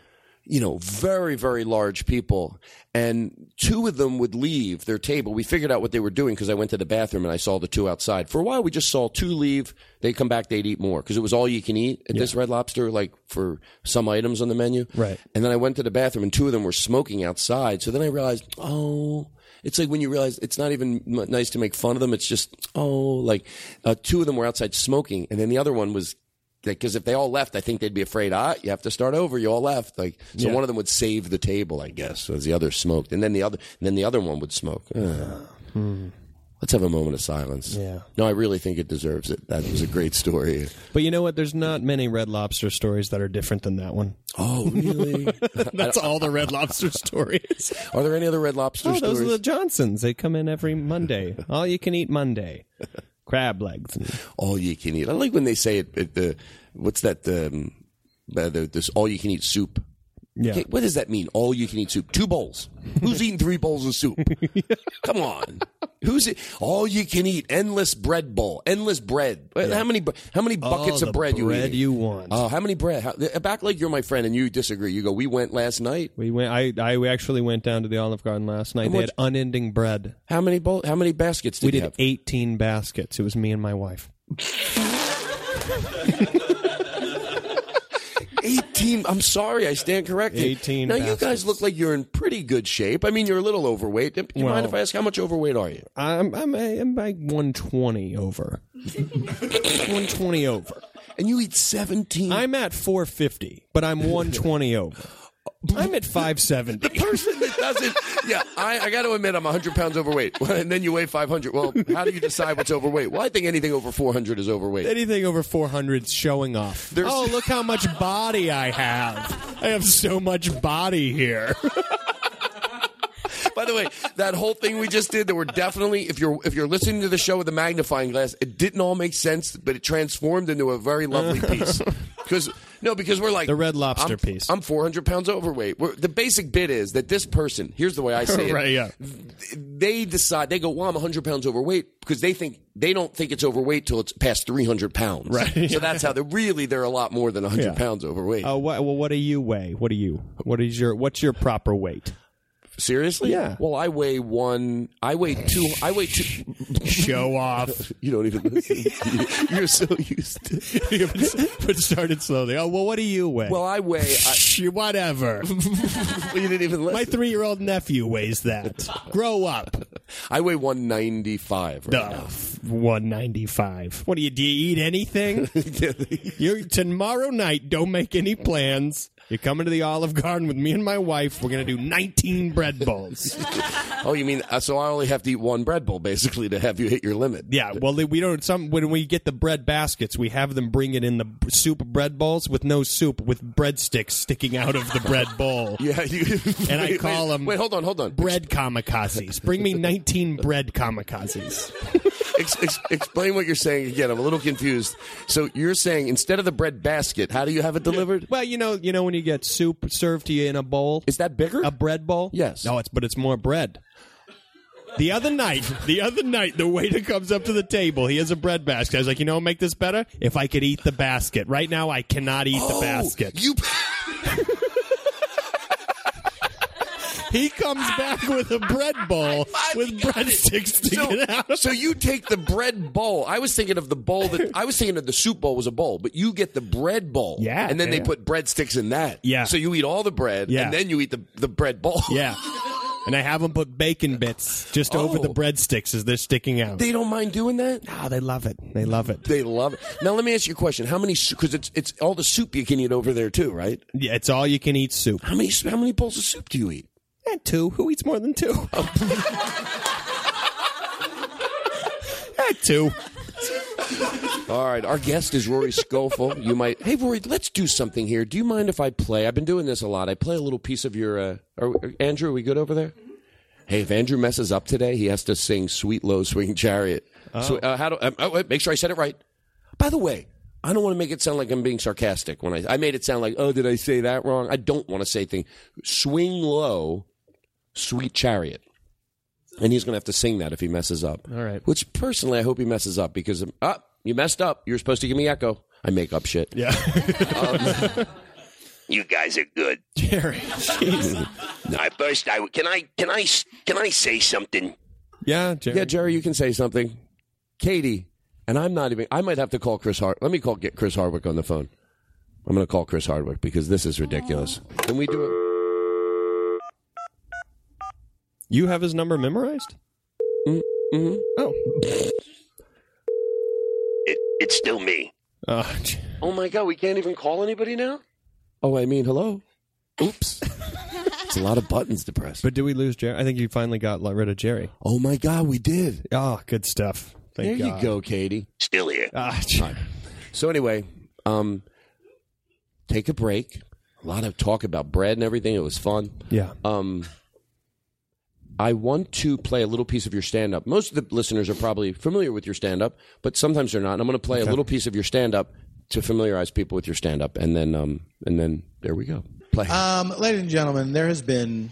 S4: you know, very very large people, and two of them would leave their table. We figured out what they were doing because I went to the bathroom and I saw the two outside. For a while, we just saw two leave. They come back, they'd eat more because it was all you can eat at this Red Lobster, like for some items on the menu.
S9: Right.
S4: And then I went to the bathroom, and two of them were smoking outside. So then I realized, oh, it's like when you realize it's not even m- nice to make fun of them. It's just, oh, like uh, two of them were outside smoking, and then the other one was. Because if they all left, I think they'd be afraid. Ah, you have to start over. You all left. Like so,
S9: Yeah.
S4: one of them would save the table, I guess, as the other smoked, and then the other, and then the other one would smoke. Ah. Let's have a moment of silence.
S9: Hmm. Yeah.
S4: No, I really think it deserves it. That was a great story.
S9: But you know what? There's not many Red Lobster stories that are different than that one.
S4: Oh, really?
S9: [laughs] That's all the Red Lobster stories.
S4: [laughs] Are there any other Red Lobster
S9: [laughs] Oh,
S4: stories?
S9: those are the Johnsons. They come in every
S4: [laughs]
S9: Monday. All you can eat Monday. Crab legs. and-
S4: all you can eat. I like when they say it. it the what's that? Um, uh, the, this all you can eat soup.
S9: Yeah.
S4: Okay, What does that mean? All you can eat soup. Two
S9: [laughs]
S4: bowls. Who's eating three bowls of soup? Come on. Who's it? All you can eat. Endless bread bowl. Endless bread. Uh, How many? bu- How many
S9: All
S4: buckets
S9: the
S4: of bread, you
S9: bread
S4: eating?
S9: you want.
S4: Oh, how many bread? How, back like you're my friend and you disagree. You go. We went last night.
S9: We went. I I actually went down to the Olive Garden last night.
S4: And
S9: They
S4: what-
S9: had unending bread.
S4: How many bowl? How many baskets did
S9: we
S4: you
S9: did
S4: have?
S9: 18 baskets. It was me and my wife.
S4: 18 i'm sorry i stand corrected
S9: 18
S4: now you guys look like you're in pretty good shape i mean you're a little overweight do you mind
S9: Well-
S4: if i ask how much overweight are you
S9: I'm I'm I'm like 120 over. 120 over.
S4: And you eat 17.
S9: I'm at 450, but I'm 120 over. I'm at
S4: [laughs]
S9: 570.
S4: person that doesn't yeah i, I got to admit i'm 100 pounds overweight [laughs] Well, and then you weigh 500 well how do you decide what's overweight well i think anything over 400 is overweight
S9: Anything over 400 is showing off.
S4: There's-
S9: oh, look how much body I have. I have so much body here.
S4: By the way, that whole thing we just did, there were definitely if you're if you're listening to the show with a magnifying glass, it didn't all make sense, but it transformed into a very
S9: [laughs]
S4: lovely piece. Because no, because we're like
S9: The Red Lobster
S4: I'm,
S9: piece.
S4: I'm 400 pounds overweight. We're, the basic bit is that this person. Here's the way I say it.
S9: [laughs] Right, yeah.
S4: They decide they go, well, I'm 100 pounds overweight because they think they don't think it's overweight till it's past 300 pounds.
S9: Right.
S4: So that's how they really they're a lot more than 100
S9: Yeah.
S4: pounds overweight.
S9: Uh, what, well, what do you weigh? What do you? What is your? What's your proper weight?
S4: Seriously?
S9: Yeah.
S4: Well, I weigh one. I weigh two. I weigh two.
S9: Show off.
S4: you don't even listen. [laughs] You're so used to.
S9: but started slowly. Oh well, what do you weigh?
S4: Well, I weigh. I,
S9: whatever.
S4: you didn't even listen.
S9: My three-year-old nephew weighs that. Grow up.
S4: I weigh one ninety five. Right now.
S9: One ninety-five. What do you do? You
S4: [laughs]
S9: eat anything? you tomorrow night. Don't make any plans. You're coming to the Olive Garden with me and my wife. We're gonna do nineteen bread bowls.
S4: Oh, you mean uh, so? I only have to eat one bread bowl basically to have you hit your limit.
S9: Yeah, well, we don't. Some when we get the bread baskets, we have them bring it in the b- soup bread bowls with no soup, with breadsticks sticking out of the bread bowl.
S4: [laughs] Yeah, [laughs] you,
S9: and I
S4: [laughs] wait,
S9: call
S4: wait,
S9: them.
S4: Wait, hold on, hold on.
S9: Bread kamikazes. Bring me nineteen bread kamikazes.
S4: Ex- ex- explain what you're saying again. I'm a little confused. So you're saying instead of the bread basket, how do you have it delivered?
S9: Well, you know, you know when you get soup served to you in a bowl.
S4: Is that bigger?
S9: A bread bowl?
S4: Yes.
S9: No, it's but it's more bread. The other night, the other night, the waiter comes up to the table. He has a bread basket. I was like, you know, what make this better if I could eat the basket. Right now, I cannot eat the basket.
S4: Oh, You.
S9: [laughs] He comes back with a bread
S4: [laughs]
S9: bowl with breadsticks sticking
S4: So-
S9: out.
S4: So you take the bread bowl. I was thinking of the bowl that I was thinking of the soup bowl was a bowl, but you get the bread bowl.
S9: Yeah,
S4: And then they
S9: yeah.
S4: put breadsticks in that.
S9: Yeah.
S4: So you eat all the bread
S9: Yeah.
S4: and then you eat the, the bread bowl.
S9: [laughs] Yeah. And I have them put bacon bits just over
S4: Oh.
S9: the breadsticks as they're sticking out.
S4: [laughs] They don't mind doing that?
S9: oh, they love it. They love it.
S4: They love it. Now let me ask you a question. How many cuz it's it's all the soup you can eat over there too, right?
S9: Yeah, it's all you can eat soup.
S4: How many how many bowls of soup do you eat?
S9: And two. Who eats more than two? [laughs] Eh, two.
S4: All right, our guest is Rory Scofel. You might, hey Rory, let's do something here. Do you mind if I play? I've been doing this a lot. I play a little piece of your. Uh, are, Andrew, are we good over there? Hey, if Andrew messes up today, he has to sing "Sweet Low Swing Chariot." So, uh, how do? Um, oh, wait, make sure I said it right. By the way, I don't want to make it sound like I'm being sarcastic when I I made it sound like, oh, did I say that wrong? I don't want to say thing. Swing low, sweet chariot. And he's going to have to sing that if he messes up.
S9: All right.
S4: Which personally, I hope he messes up because uh, you messed up. You're supposed to give me echo. I make up shit.
S9: Yeah. [laughs]
S11: You guys are good.
S9: Jerry. Jeez.
S11: I first, I can I can I can I say something?
S9: Yeah, Jerry.
S4: Yeah, Jerry, you can say something. Katie, and I'm not even. I might have to call Chris Hard. Let me call get Chris Hardwick on the phone. I'm going to call Chris Hardwick because this is ridiculous. Can we do it?
S9: You have his number memorized?
S4: Mm-hmm.
S9: Oh.
S11: It, it's still me.
S9: Oh, j-
S4: Oh my god, we can't even call anybody now. Oh, I mean, hello. Oops. [laughs] It's a lot of buttons to press.
S9: but do we lose Jerry? I think you finally got rid of Jerry.
S4: oh my god, we did.
S9: Oh, good stuff. Thank
S4: there
S9: God.
S4: you go, Katie.
S11: Still here.
S9: Ah, j-
S4: So anyway, um, take a break. A lot of talk about bread and everything. It was fun.
S9: yeah.
S4: Um, I want to play a little piece of your stand up. Most of the listeners are probably familiar with your stand up, but sometimes they're not. And I'm going to play a little piece of your stand up to familiarize people with your stand up, and then um, and then there we go. Play.
S9: Uh,
S13: Um, ladies and gentlemen, there has been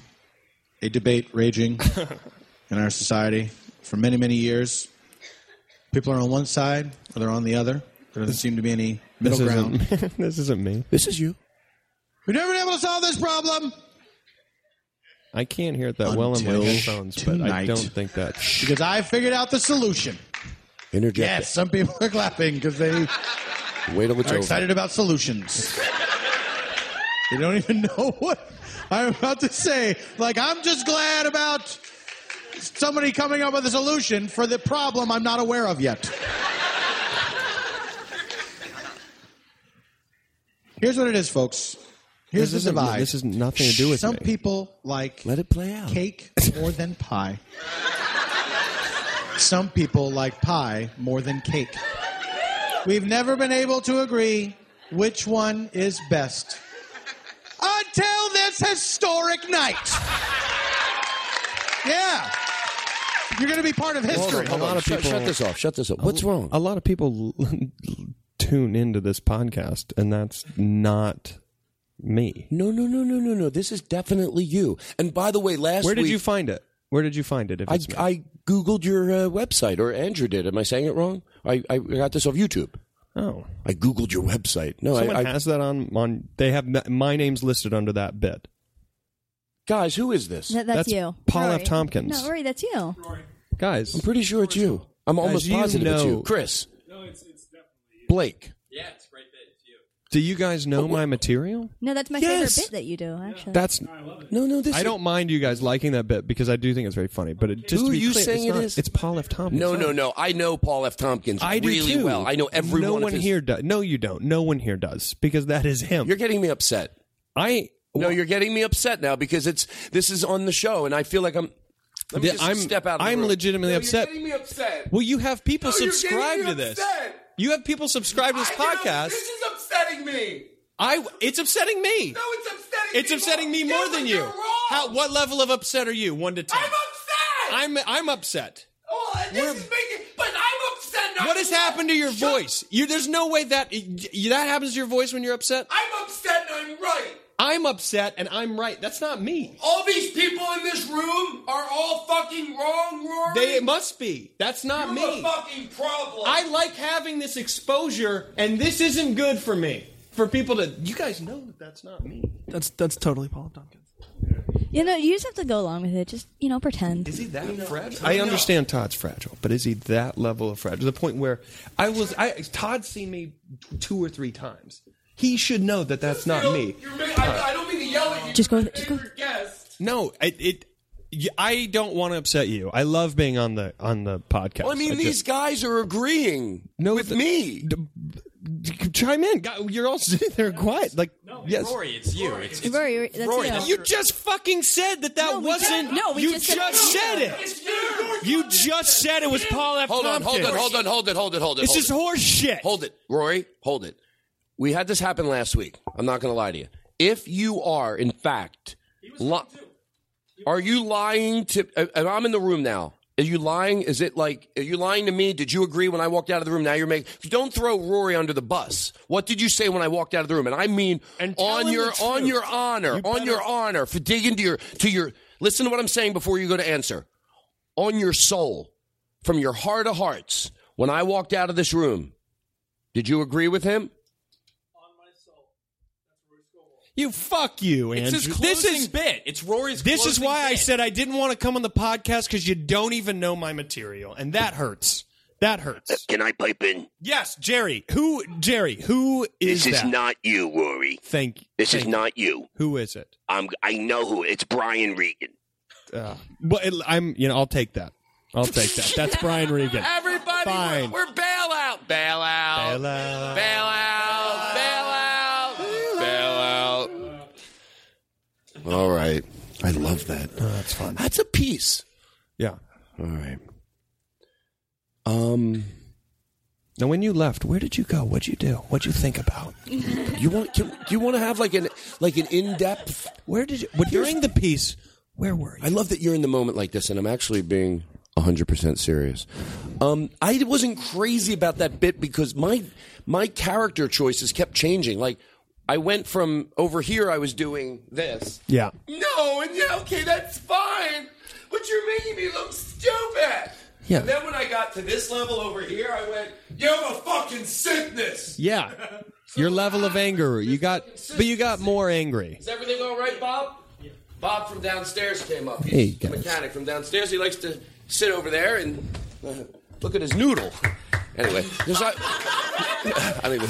S13: a debate raging
S9: [laughs]
S13: in our society for many, many years. People are on one side or they're on the other. There doesn't seem to be any middle
S9: This
S13: ground.
S9: isn't, this isn't me.
S4: this is you.
S13: We've never been able to solve this problem
S9: I can't hear it that well on
S13: Until
S9: my headphones, but I
S13: tonight.
S9: don't think that.
S13: because I figured out the solution.
S4: Interject.
S13: Yes, some people are clapping because they
S4: it. Wait till it's
S13: are
S4: over.
S13: excited about solutions. they don't even know what I'm about to say. Like, I'm just glad about somebody coming up with a solution for the problem I'm not aware of yet. Here's what it is, folks. Here's
S9: This
S13: the
S9: isn't-
S13: divide.
S9: this has nothing to do with
S13: Some
S9: me.
S13: people like
S4: Let it play out.
S13: cake more than pie. Some people like pie more than cake. We've never been able to agree which one is best until this historic night. Yeah. You're going to be part of history.
S4: Hold on, hold on. Shut- shut this off. Shut this off. What's wrong?
S9: A lot of people [laughs] tune into this podcast, and that's not me.
S4: No, no, no, no, no, no. This is definitely you. And by the way, last
S9: Where did
S4: week-
S9: you find it? Where did you find it? If
S4: I,
S9: it's me?
S4: I googled your uh, website, or Andrew did. Am I saying it wrong? I, I got this off YouTube.
S9: Oh,
S4: I googled your website. No,
S9: someone
S4: I, I,
S9: has that on on. They have my- my name's listed under that bit.
S4: guys, who is this?
S3: That- that's, you.
S9: Paul
S3: Rory.
S9: F. Tompkins.
S3: No, Rory, that's you.
S9: Guys, I'm
S4: pretty sure it's you. I'm almost positive it's you, Chris. Blake.
S14: Yeah, it's right there. It's you.
S9: Do you guys know my material?
S3: No, that's my
S14: Yes.
S3: favorite bit that you do, actually.
S9: That's
S4: no, no.
S9: I don't mind you guys liking that bit because I do think it's very funny. But it, just
S4: Who
S9: to be
S4: are you
S9: clear,
S4: saying
S9: it's
S4: it
S9: not-
S4: is?
S9: It's Paul F. Tompkins.
S4: No, no, no. I know Paul F. Tompkins
S9: I do
S4: really
S9: too.
S4: well. I know every
S9: no
S4: one,
S9: one,
S4: of his.
S9: here does. No, you don't. No one here does because that is him.
S4: You're getting me upset.
S9: I
S4: no, you're getting me upset now because it's this is on the show, and I feel like I'm. Let me
S9: The-
S4: just
S9: I'm-
S4: step out. Of the
S9: I'm
S4: room.
S9: legitimately
S4: No,
S9: upset.
S4: You're getting me upset.
S9: Well, you have people
S4: No, you're
S9: subscribe
S4: getting
S9: to
S4: me
S9: this.
S4: upset.
S9: You have people subscribe to this
S4: I know,
S9: podcast.
S4: This is upsetting me.
S9: I it's upsetting me. No,
S4: it's upsetting.
S9: It's upsetting me more than you. How? What level of upset are you? One to ten. I'm upset. I'm I'm upset.
S4: Oh,
S14: This is making, but I'm upset.
S9: What has happened to your voice? You, there's no way that you, that happens to your voice when you're upset.
S14: I'm upset and I'm right.
S9: I'm upset and I'm right. That's not me.
S14: All these people in this room are all fucking wrong, Rory.
S9: They must be. That's not
S14: You're
S9: me.
S14: a fucking problem.
S9: I like having this exposure, and this isn't good for me. For people to, you guys know that that's not me.
S15: That's that's totally Paul Duncan.
S3: You know, you just have to go along with it. Just, you know, pretend. Is he
S9: that fragile? I understand Todd's fragile, but is he that level of fragile? To the point where I was, I Todd's seen me t- two or three times. He should know that that's not me.
S14: You're ma- I, I don't mean to yell at you. Just go. Just go. Guest.
S9: No, it. it y- I don't want to upset you. I love being on the on the podcast.
S4: Well, I mean,
S9: just-
S4: these guys are agreeing
S9: No,
S4: with
S9: the-
S4: me.
S9: chime in. Guy- You're all sitting there quiet. Like, yes.
S14: Rory, it's you. It's, it's
S3: Rory, that's
S9: Rory,
S3: you.
S9: you just fucking said that that
S3: No, we
S9: wasn't.
S3: didn't. No, we
S9: you
S3: just
S9: just,
S3: said-
S9: said it. You just said it was Paul F.
S4: Hold on, hold on,
S9: Tompkins.
S4: hold on, hold it, hold it, hold it.
S9: This
S4: hold
S9: is
S4: it.
S9: horse shit.
S4: Hold it, Rory. Hold it. We had this happen last week. I'm not going to lie to you. If you are, in fact, li- are you lying to? uh, And I'm in the room now. Are you lying? Is it like are you lying to me? Did you agree when I walked out of the room? Now you're making. Don't throw Rory under the bus. What did you say when I walked out of the room? And I mean on
S9: him
S4: your
S9: the
S4: on
S9: truth.
S4: your honor,
S9: You
S4: on your
S9: better-
S4: honor for digging to your to your. Listen to what I'm saying before you go to answer. On your soul, from your heart of hearts, when I walked out of this room, did you agree with him?
S9: You fuck you, Andrew.
S14: it's his closing
S9: this is
S14: bit. It's Rory's.
S9: this is
S14: closing
S9: why I
S14: bit.
S9: said I didn't want to come on the podcast because you don't even know my material, and that hurts. That hurts.
S11: Can I pipe in?
S9: Yes, Jerry. Who Jerry? Who is
S11: this is
S9: that?
S11: not you, Rory.
S9: Thank.
S11: This is
S9: thank-
S11: not you.
S9: Who is it?
S11: I'm, I know who. It's Brian Regan.
S9: Uh, well, it- I'm. You know, I'll take that. I'll take that. That's Brian Regan.
S4: Everybody,
S9: Fine.
S4: We're, we're bailout, bailout,
S9: bailout,
S4: bailout, bailout, bailout. All right, I love that.
S9: Oh, that's fun.
S4: That's a piece.
S9: Yeah.
S4: All right. Um.
S9: Now, when you left, where did you go? What'd you do? What'd you think about?
S4: You want? Can, do you want to have like an like an in depth?
S9: Where did you? Well, during the piece, where were you?
S4: I love that you're in the moment like this, and I'm actually being 100 percent serious. Um, I wasn't crazy about that bit because my my character choices kept changing. Like I went from over here, I was doing this.
S9: Yeah.
S14: No, and yeah, okay, that's fine. But you're making me look stupid.
S9: Yeah.
S14: And then when I got to this level over here, I went, "You have a fucking sickness."
S9: Yeah. Your level of anger. You got, but you got more angry.
S4: Is everything all right, Bob? Bob from downstairs came up.
S9: Hey,
S4: He's a
S9: guys.
S4: mechanic from downstairs. He likes to sit over there and uh, look at his noodle. Anyway, there's not. [laughs] I mean,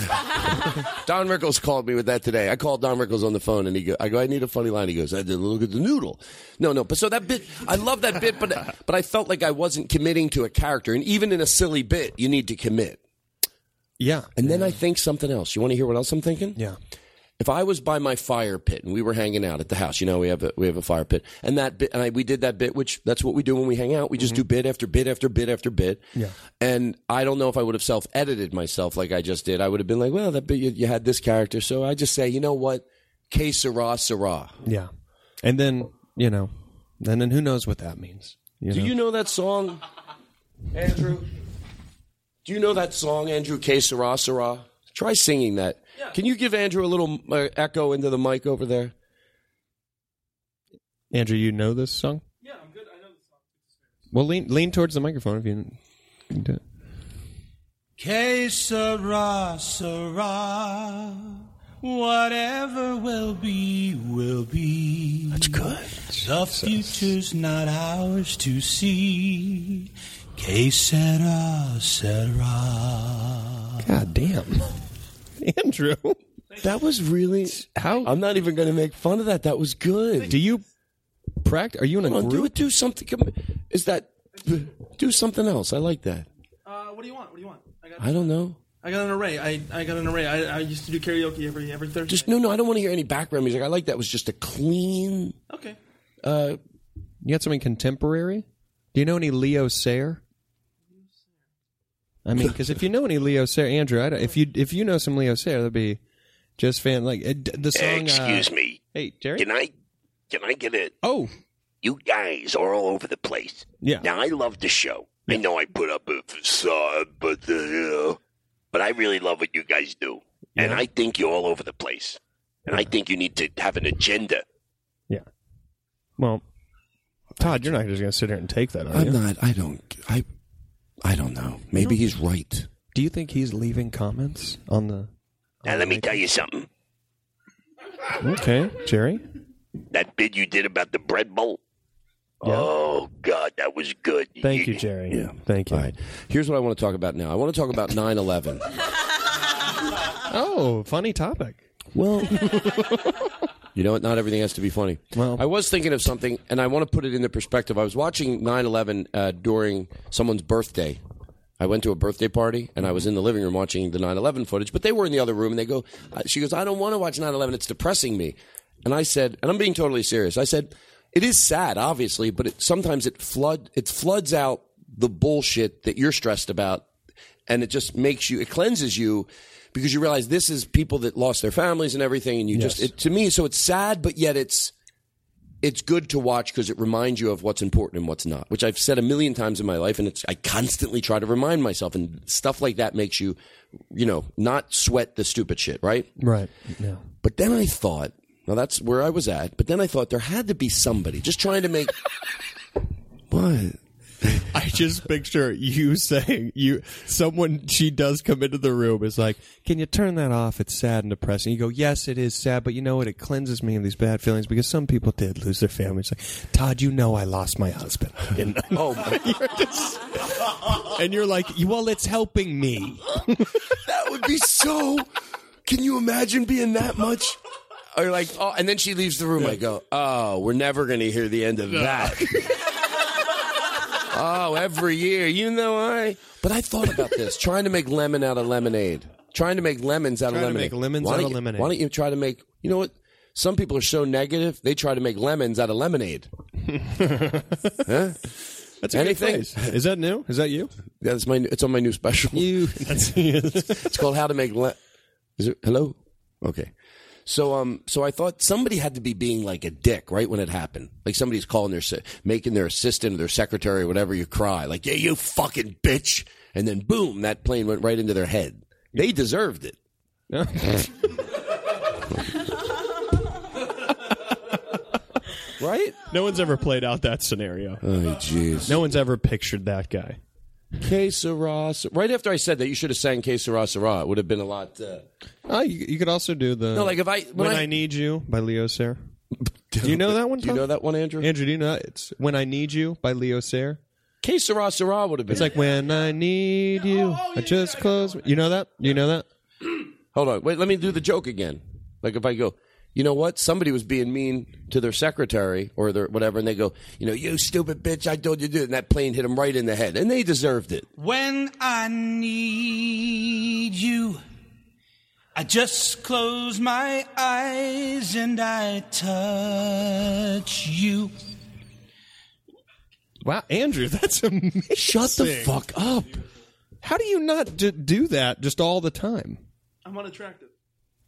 S4: Don Rickles called me with that today. I called Don Rickles on the phone, and he go, I go, I need a funny line. He goes, I did look at the noodle. No, no, but so that bit, I love that bit, but but I felt like I wasn't committing to a character, and even in a silly bit, you need to commit.
S9: Yeah.
S4: And then I think something else. You want to hear what else I'm thinking?
S9: Yeah.
S4: If I was by my fire pit and we were hanging out at the house, you know, we have a we have a fire pit, and that bit, and I, we did that bit, which that's what we do when we hang out. We just do bit after bit after bit after bit.
S9: Yeah.
S4: And I don't know if I would have self edited myself like I just did. I would have been like, well, that bit you, you had this character, so I just say, you know what, que sera sera.
S9: Yeah. And then you know, And then who knows what that means?
S4: Do you know that song, Andrew? Do you know that song, Andrew? K. Sarah, Sarah. Try singing that. Can you give Andrew a little uh, echo into the mic over there?
S9: Andrew, you know this song? Yeah, I'm good. I know the song. Well, lean lean towards the microphone if you can do it.
S16: Que sera, sera. Whatever will be, will be. That's good. The future's not ours to see. Que sera, sera.
S9: God damn. [laughs] Andrew.
S4: That was really
S9: how
S4: I'm not even going to make fun of that. That was good.
S9: Do you practice? Are you in a
S4: Come on, do
S9: group?
S4: it. Do something. Come, is that do something else? I like that.
S15: Uh, what do you want? What do you want? I got.
S4: I don't know.
S15: I got an array. I, I got an array. I, I used to do karaoke every every Thursday.
S4: Just no, no. I don't want to hear any background music. I like that. It was just a clean.
S15: Okay.
S4: Uh,
S9: You got something contemporary? Do you know any Leo Sayer? I mean, because if you know any Leo Sayer, Andrew, I don't, if you if you know some Leo Sayer, that'd be just fan. Like uh, d- the song.
S11: Excuse
S9: uh,
S11: me.
S9: Hey, Jerry.
S11: Can I can I get it?
S9: Oh.
S11: You guys are all over the place.
S9: Yeah.
S11: Now I love the show. I know I put up a facade, but the you know, but I really love what you guys do, and I think you're all over the place, and I think you need to have an agenda.
S9: Well, Todd, you're not just going to sit here and take that, are
S4: I'm
S9: you?
S4: not. I don't. I. I don't know. Maybe he's right.
S9: Do you think he's leaving comments on the?
S11: Now let me tell you something.
S9: Okay, Jerry.
S11: That bid you did about the bread bowl. Oh God, that was good.
S9: Thank you, Jerry. Yeah. Thank you.
S4: All right. Here's what I want to talk about now. I want to talk
S9: [laughs]
S4: about 9 11.
S9: Oh, funny topic.
S4: Well, [laughs] you know what? Not everything has to be funny. Well, I was thinking of something, and I want to put it into perspective. I was watching 9 11 uh, during someone's birthday. I went to a birthday party, and I was in the living room watching the 9 11 footage, but they were in the other room, and they go, uh, She goes, I don't want to watch 9 11. It's depressing me. And I said, and I'm being totally serious. I said, it is sad, obviously, but it, sometimes it flood it floods out the bullshit that you're stressed about and it just makes you it cleanses you because you realize this is people that lost their families and everything and you just it, to me so it's sad but yet it's it's good to watch because it reminds you of what's important and what's not which i've said a million times in my life and it's i constantly try to remind myself and stuff like that makes you you know not sweat the stupid shit right
S9: Right. Yeah.
S4: but then I thought, now that's where I was at. But then I thought there had to be somebody just trying to make. [laughs] what?
S9: [laughs] I just picture you saying you someone she does come into the room is like, "Can you turn that off? It's sad and depressing." You go, "Yes, it is sad, but you know what? It cleanses me of these bad feelings because some people did lose their families." Like, Todd, you know, I lost my husband. [laughs] You know?
S4: oh, my.
S9: and you're like, "Well, it's helping me."
S4: that would be so. Can you imagine being that much? Or like, oh, and then she leaves the room. I go, oh, we're never going to hear the end of
S9: [laughs]
S4: that. oh, every year, you know I. But I thought about this, trying to make lemon out of lemonade, trying to make lemons out
S9: Trying
S4: of
S9: to
S4: lemonade.
S9: make lemons
S4: Why
S9: out
S4: don't
S9: of
S4: you-
S9: lemonade.
S4: Why don't you try to make? You know what? Some people are so negative; they try to make lemons out of lemonade. huh?
S9: That's a good
S4: Anything?
S9: phrase. Is that new? Is that you?
S4: Yeah, that's my. It's on my new special.
S9: [laughs] You.
S4: it's called How to Make. Le- Is it hello? Okay. So um, so I thought somebody had to be being like a dick right when it happened. Like somebody's calling their se- making their assistant or their secretary or whatever you cry like yeah you fucking bitch, and then boom that plane went right into their head. They deserved it. right?
S9: No one's ever played out that scenario.
S4: Oh, jeez.
S9: No one's ever pictured that guy.
S4: Que sera, se- Right after I said that, you should have sang Que sera, sera. It would have been a lot. Uh,
S9: Oh, you, you could also do the
S4: No, like if I- when
S9: when, I,
S4: I-
S9: need you by Leo Sayer. Do you know that one?
S4: Do you
S9: Tom?
S4: know that one, Andrew?
S9: Andrew, do you know that? it's when I need you by Leo Sayer?
S4: Que sera, sera would have been.
S9: It's like when I need you, I just close. You know that? You know that?
S4: Hold on. Wait, let me do the joke again. Like if I go, you know what? Somebody was being mean to their secretary or their whatever, and they go, you know, you stupid bitch, I told you to do it. And that plane hit them right in the head. And they deserved it.
S16: When I need you, I just close my eyes and I touch you.
S9: Wow, Andrew, [laughs] that's amazing. Shut
S4: the fuck up.
S9: How do you not d- do that just all the time?
S15: I'm unattractive.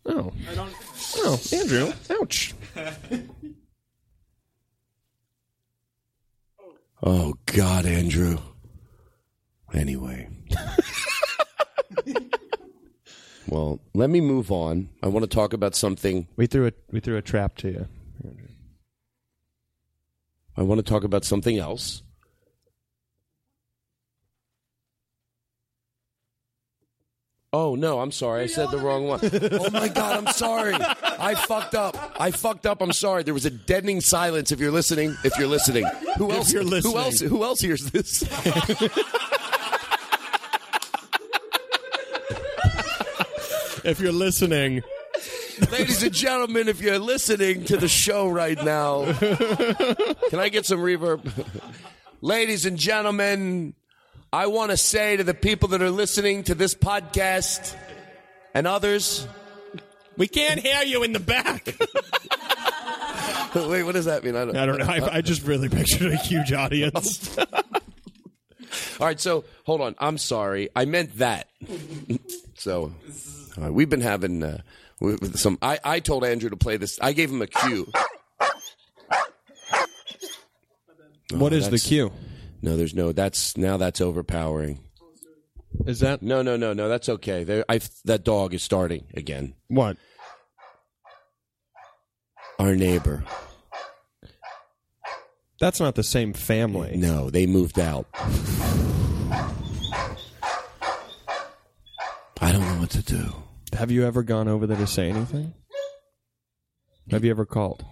S9: Oh,
S15: I don't.
S9: oh, Andrew, ouch.
S4: Oh God, Andrew. Anyway. [laughs] well, let me move on. I want to talk about something.
S7: We threw a we threw a trap to you.
S4: I want to talk about something else. Oh no, I'm sorry. I said the wrong one. Oh my god, I'm sorry. I fucked up. I fucked up. I'm sorry. There was a deadening silence if you're listening. If you're listening. Who
S17: If
S4: else
S17: you're listening.
S4: who else who else hears this?
S17: if you're listening,
S4: Ladies and gentlemen, if you're listening to the show right now, can I get some reverb? Ladies and gentlemen, I want to say to the people that are listening to this podcast and others, [laughs]
S17: we can't hear you in the
S7: [laughs]
S17: back.
S4: Wait, what does that mean? I don't,
S17: I don't know. I, I just really pictured a huge audience.
S4: All right, so hold on. I'm sorry. I meant that. so all right, we've been having uh, with- with some. I, I told Andrew to play this. I gave him a cue.
S7: [laughs] What is the
S4: that's-
S7: cue?
S4: No, there's no. That's now that's overpowering.
S7: Is that
S4: no, no, no, no? That's okay. There, I that dog is starting again.
S17: What?
S4: Our neighbor.
S7: That's not the same family.
S4: No, they moved out. I don't know what to do.
S7: Have you ever gone over there to say anything? Have you ever called?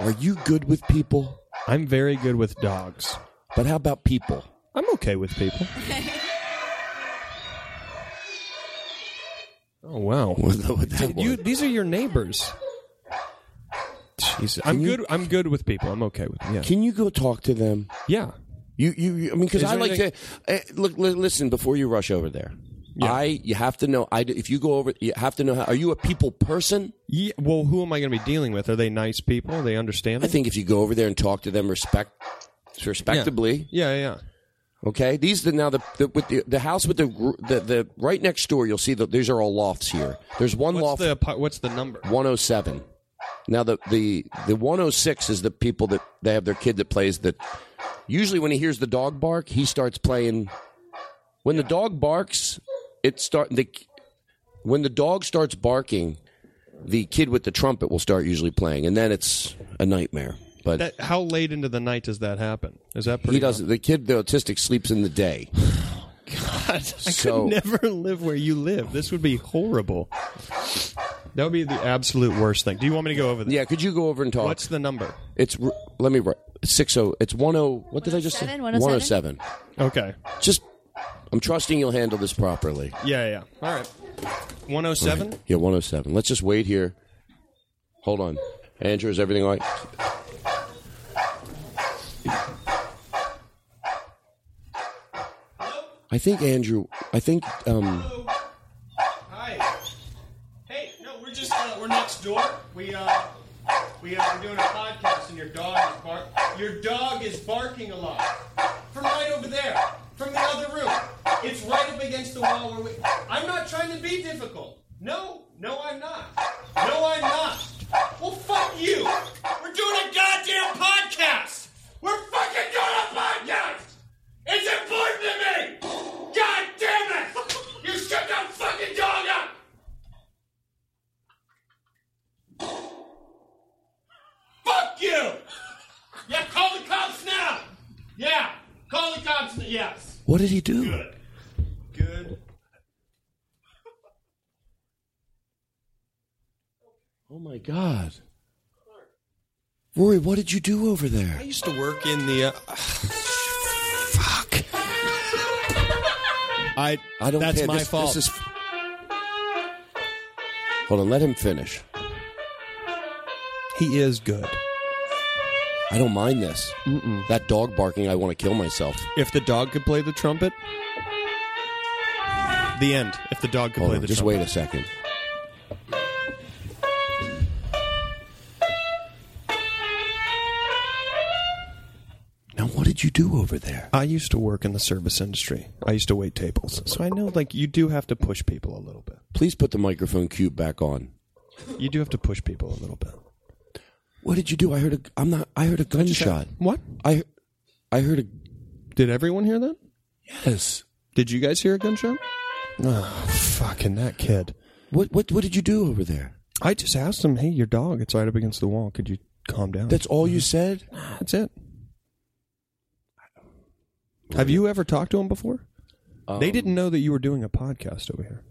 S4: Are you good with people?
S7: I'm very good with dogs.
S4: But how about [laughs] people?
S7: I'm okay with people. [laughs] oh wow! Dude, you- these are your neighbors. Jesus, I'm
S4: Can you-
S7: good. I'm good with people. I'm okay with them. Yeah.
S4: Can you go talk to them?
S7: Yeah.
S4: You, you, you I mean, because
S7: Is
S4: I
S7: there
S4: like
S7: anything-
S4: to eh, look. Li- listen before you rush over there. I, you have to know. I, if you go over, you have to know. How, are you a people person?
S7: Yeah, well, who am I going to be dealing with? Are they nice people? Are they understanding?
S4: I think if you go over there and talk to them respect, respectably.
S7: Yeah, yeah. yeah.
S4: Okay, these the now the, the with the, the house with the, gr- the the right next door. You'll see that these are all lofts here. There's one
S7: What's
S4: loft.
S7: the apa- what's the number?
S4: 107. Now the the the 106 is the people that they have their kid that plays that. Usually, when he hears the dog bark, he starts playing. When the dog barks, it start the. When the dog starts barking, the kid with the trumpet will start usually playing, and then it's a nightmare. But
S7: That, how late into the night does that happen? Is that pretty?
S4: he doesn't. The kid, the autistic, sleeps in the day. [laughs]
S7: God, [laughs] I
S4: So-
S7: could never live where you live. This would be horrible. That would be the absolute worst thing. Do you want me to go over there?
S4: Yeah, could you go over and talk?
S7: What's the number?
S4: It's r- let me write six oh. It's one oh. What did I just say? 107.
S7: 107? Okay.
S4: Just, I'm trusting you'll handle this properly.
S7: Yeah, yeah. All right. 107?
S4: Yeah, 107. Let's just wait here. Hold on. Andrew, is everything all right? I think Andrew. I think. um
S9: Hi. Hey, no, we're just uh, we're next door. We uh we uh, we're doing a podcast, and your dog is bark. Your dog is barking a lot from right over there, from the other room. It's right up against the wall where we. I'm not trying to be difficult. No, no, I'm not. No, I'm not. Well, fuck you. We're doing a goddamn podcast. We're fucking doing a podcast. It's important to me. God damn it! You shut that fucking dog up. Fuck you! Yeah, call the cops now! Yeah, call the cops now, yes.
S4: What did he do?
S9: Good.
S4: Oh my God, Rory, what did you do over there?
S7: I used to work in the. Uh,
S4: [laughs]
S7: [sighs] fuck. I.
S4: I don't
S7: That's
S4: care.
S7: my
S4: This-
S7: fault.
S4: This is... Hold on, let him finish.
S7: He is good.
S4: I don't mind this.
S7: Mm-mm.
S4: That dog barking, I want to kill myself.
S7: If the dog could play the trumpet. The end. If the dog could
S4: Hold
S7: play
S4: on,
S7: the
S4: just
S7: trumpet.
S4: wait a second. Now, what did you do over there?
S7: I used to work in the service industry. I used to wait tables. So I know, like, you do have to push people a little bit.
S4: Please put the microphone cube back on.
S7: You do have to push people a little bit.
S4: What did you do? I heard a. I'm not. I heard a gunshot.
S7: What?
S4: I. I heard a
S7: Did everyone hear that?
S4: Yes.
S7: Did you guys hear a gunshot? Oh, fucking that kid.
S4: What what what did you do over there?
S7: I just asked him, "Hey, your dog, it's right up against the wall. Could you calm down?"
S4: That's all you said?
S7: That's it. Have you ever talked to him before? they
S4: Um,
S7: didn't know that you were doing a podcast over here.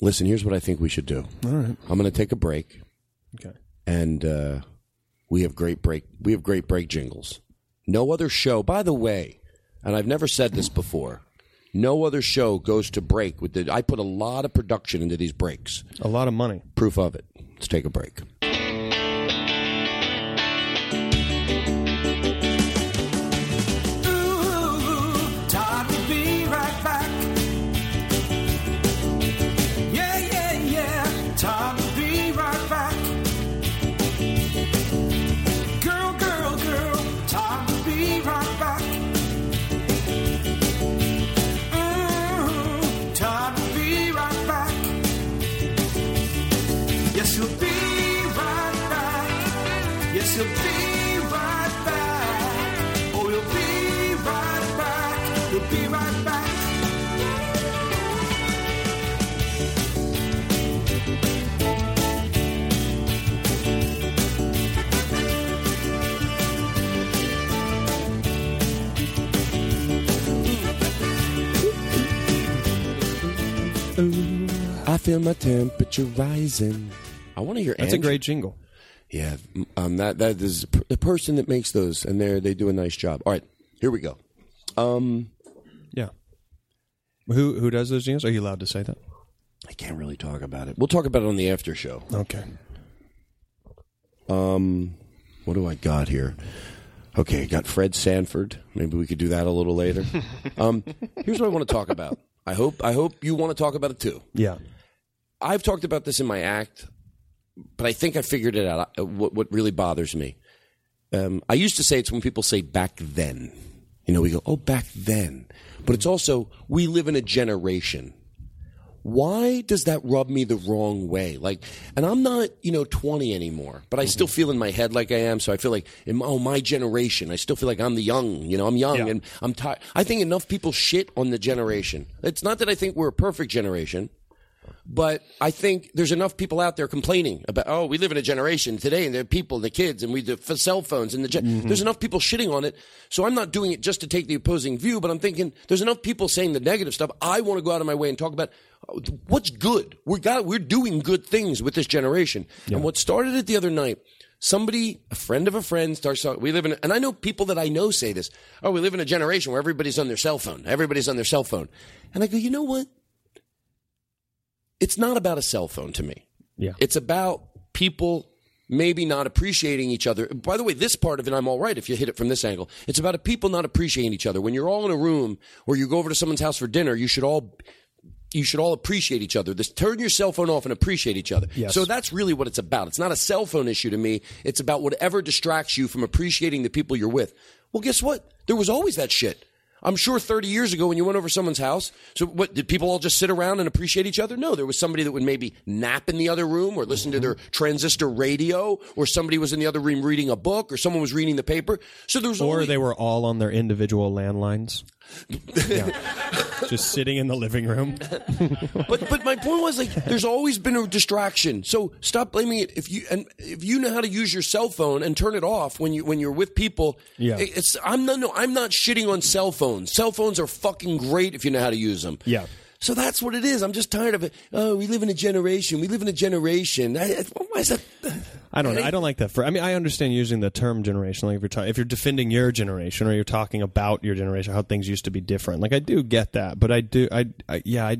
S4: Listen, here's what I think we should do.
S7: All right.
S4: I'm going to take a break.
S7: Okay.
S4: And uh, we have great break. We have great break jingles. No other show, by the way, and I've never said this before. No other show goes to break with the. I put a lot of production into these breaks.
S7: A lot of money.
S4: Proof of it. Let's take a break.
S14: Ooh, Todd will be right back. Yeah, yeah, yeah. Todd will be right back. Girl, girl, girl. Todd will be right back. Mm, Todd will be right back. Yes, he'll be right back. Yes, he'll be right back. Oh, he'll be right back. He'll be right back.
S4: I feel my temperature rising. I want to hear.
S7: That's a
S4: Andrew-
S7: great jingle.
S4: Yeah, um, that that is p- the person that makes those, and they they do a nice job. All right, here we go. Um,
S7: yeah. Who who does those jingles? Are you allowed to say that?
S4: I can't really talk about it. We'll talk about it on the after show.
S7: Okay.
S4: Um, what do I got here? Okay, I got Fred Sanford. Maybe we could do that a little
S7: [laughs]
S4: later. um, here's what I want to talk about. I hope I hope you want to talk about it too.
S7: Yeah.
S4: I've talked about this in my act, but I think I figured it out. uh, What what really bothers me. Um, I used to say it's when people say back then. You know, we go, oh, back then. But it's also, we live in a generation. Why does that rub me the wrong way? Like, and I'm not, you know, 20 anymore, but I still feel in my head like I am. So I feel like, in my, oh, my generation, I still feel like I'm the young, you know, I'm young and I'm tired. I think enough people shit on the generation. It's not that I think we're a perfect generation but I think there's enough people out there complaining about, oh, we live in a generation today, and the people, the kids, and we the f- cell phones, and the gen- there's enough people shitting on it. So I'm not doing it just to take the opposing view, but I'm thinking there's enough people saying the negative stuff. I want to go out of my way and talk about oh, th- what's good. We're got we're doing good things with this generation, and what started it the other night. Somebody, a friend of a friend, starts talking. We live in, and I know people that I know say this. Oh, we live in a generation where everybody's on their cell phone. Everybody's on their cell phone, and I go, you know what? it's not about a cell phone to me.
S7: Yeah.
S4: It's about people maybe not appreciating each other. By the way, this part of it, I'm all right if you hit it from this angle. It's about a people not appreciating each other. When you're all in a room or you go over to someone's house for dinner, you should all you should all appreciate each other. This turn your cell phone off and appreciate each other.
S7: Yes.
S4: So that's really what it's about. It's not a cell phone issue to me. It's about whatever distracts you from appreciating the people you're with. Well, guess what? There was always that shit. I'm sure 30 years ago when you went over someone's house, so what did people all just sit around and appreciate each other? No, there was somebody that would maybe nap in the other room or listen to
S7: Mm-hmm.
S4: their transistor radio or somebody was in the other room reading a book or someone was reading the paper. So there was
S7: Or
S4: always
S7: they were all on their individual
S14: [laughs]
S7: landlines. yeah. Just sitting in the
S14: [laughs]
S7: living room.
S4: but but my point was like there's always been a distraction. So stop blaming it if you and if you know how to use your cell phone and turn it off when you when you're with people.
S7: Yeah.
S4: it- It's I'm not no I'm not shitting on cell phones. Cell phones are fucking great if you know how to use them.
S7: Yeah.
S4: So that's what it is. I'm just tired of it. Oh, we live in a generation. We live in a generation. I, I- why is that?
S7: I don't know. I don't like that. For I mean, I understand using the term generation. Like if you're ta- if you're defending your generation or you're talking about your generation, how things used to be different. Like I do get that, but I do. I, I yeah. I,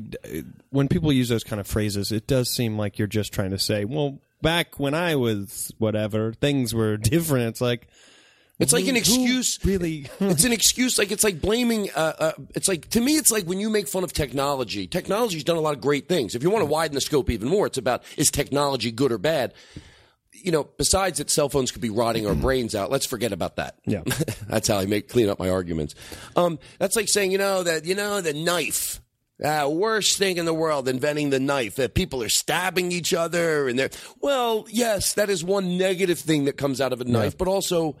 S7: when people use those kind of phrases, it does seem like you're just trying to say, well, back when I was whatever, things were [laughs] different. It's like
S4: It's like an
S7: who- who-
S4: excuse. Really, it's an excuse. Like it's like blaming. Uh, uh, it's like to me, it's like when you make fun of technology. Technology's done a lot of great things. If you want to widen the scope even more, it's about is technology good or bad. You know, besides that, cell phones could be rotting our brains out. Let's forget about that.
S7: Yeah,
S4: [laughs] that's how I make clean up my arguments. Um, that's like saying you know that you know the knife. Uh, worst thing in the world, inventing the knife. That people are stabbing each other, and they're well, yes, that is one negative thing that comes out of a knife. But also,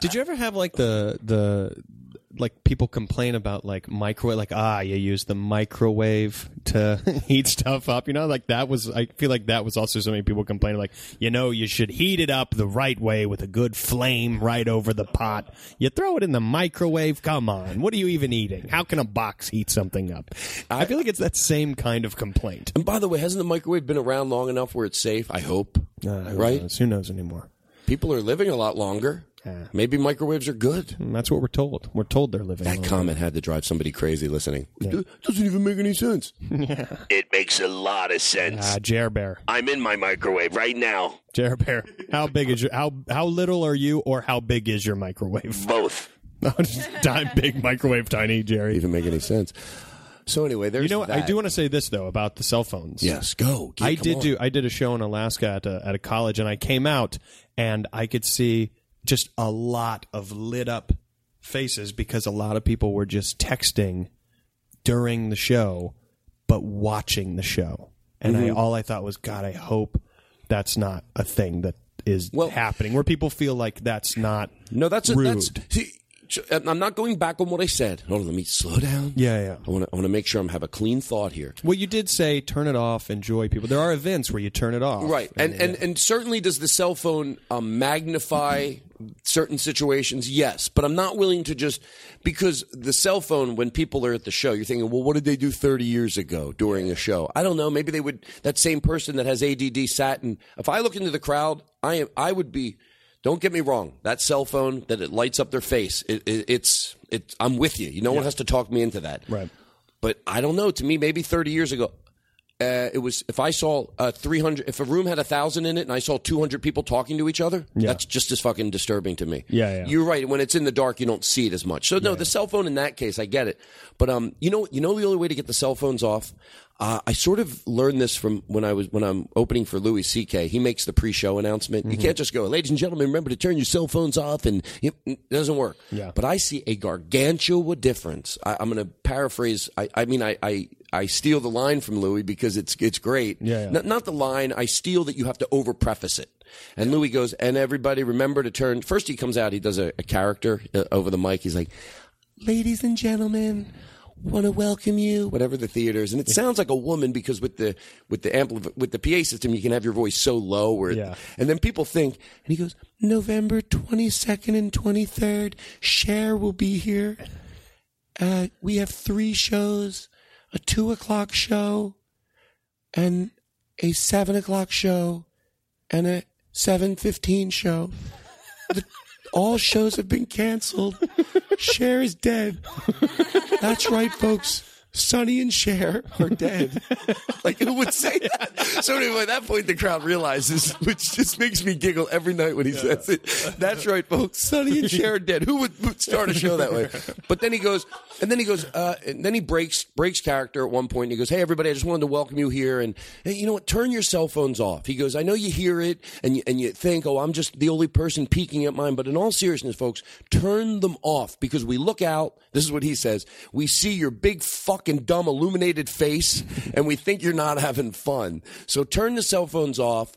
S7: Did you ever have like the the like people complain about like microwave, like ah, you use the microwave to [laughs] heat stuff up. You know, like that was. I feel like that was also so many people complaining, like you know, you should heat it up the right way with a good flame right over the pot. You throw it in the microwave. Come on, what are you even eating? How can a box heat something up? I feel like it's that same kind of complaint.
S4: And by the way, hasn't the microwave been around long enough where it's safe? I hope.
S7: Uh, who
S4: right?
S7: knows? Who knows anymore?
S4: People are living a lot longer. Maybe microwaves are good.
S7: Mm, that's what we're told. We're told they're living.
S4: That comment had to drive somebody crazy listening. Doesn't even make any [laughs] sense.
S11: It makes a lot of sense.
S7: Ah, Jer Bear.
S11: I'm in my microwave right now.
S7: Jer Bear. How big is your how how little are you or how big is your microwave? [laughs]
S11: Both.
S7: Time big microwave tiny Jerry.
S4: Even make any sense. So anyway, there's
S7: You know what? I
S4: that.
S7: do want to say this though about the cell phones.
S4: Yes, go. Get-
S7: I
S4: come
S7: did
S4: on.
S7: do I did a show in Alaska at a, at a college and I came out and I could see just a lot of lit up faces because a lot of people were just texting during the show but watching the show. And I
S4: Mhm.
S7: all I thought was god I hope that's not a thing that is happening where people feel like that's not
S4: No, that's a,
S7: rude.
S4: that's. See, ch- I'm not going back on what I said. Hold on, let me slow down.
S7: Yeah, yeah.
S4: I want to. I want to make sure I'm have a clean thought here.
S7: Well, you did say turn it off, enjoy people. There are events where you turn it off.
S4: Right, and and, and certainly does the cell phone um, magnify certain situations? Yes, but I'm not willing to just because the cell phone when people are at the show, you're thinking, well, what did they do 30 years ago during a show? I don't know. Maybe they would. That same person that has ADD sat and if I look into the crowd, I am I would be. Don't get me wrong. That cell phone that it lights up their face. It, it, it's it. I'm with you. You no one has to talk me into that.
S7: Right.
S4: But I don't know. To me, maybe 30 years ago, uh, it was if I saw uh, 300, if a room had a thousand in it and I saw 200 people talking to each other,
S7: Yeah.
S4: that's just as fucking disturbing to me.
S7: Yeah, yeah.
S4: You're right. When it's in the dark, you don't see it as much. So no, the cell phone in that case, I get it. But um, you know, you know, the only way to get the cell phones off. Uh, I sort of learned this from when I was when I'm opening for Louis C.K. He makes the pre-show announcement. You can't just go, ladies and gentlemen, remember to turn your cell phones off, and it it doesn't work.
S7: Yeah.
S4: But I see a gargantua difference. I, I'm going to paraphrase. I, I mean, I, I I steal the line from Louis because it's it's great.
S7: Yeah, yeah.
S4: Not, not the line. I steal that you have to over preface it. And Louis goes, and everybody remember to turn. First, he comes out. He does a, a character uh, over the mic. He's like, ladies and gentlemen. Want to welcome you, whatever the theater is, and it sounds like a woman because with the with the ampli- with the PA system, you can have your voice so low, where it-
S14: Yeah.
S4: and then people think, and he goes, November 22nd and 23rd, Cher will be here. Uh, we have three shows a two o'clock show, and a seven o'clock show, and a 7.15 show. The, all shows have been canceled. Cher is dead. That's right, folks. Sonny and Cher are dead. Like, who would say that? So, anyway, at that point, the crowd realizes, which just makes me giggle every night when he says it. That's right, folks. Sonny and Cher are dead. Who would would start a show that way? But then he goes, and then he goes, uh, and then he breaks breaks character at one point. And he goes, "Hey, everybody, I just wanted to welcome you here, and hey, you know what? Turn your cell phones off." He goes, "I know you hear it, and you, and you think, oh, I'm just the only person peeking at mine, but in all seriousness, folks, turn them off because we look out. This is what he says: we see your big fucking dumb illuminated face, and we think you're not having fun. So turn the cell phones off."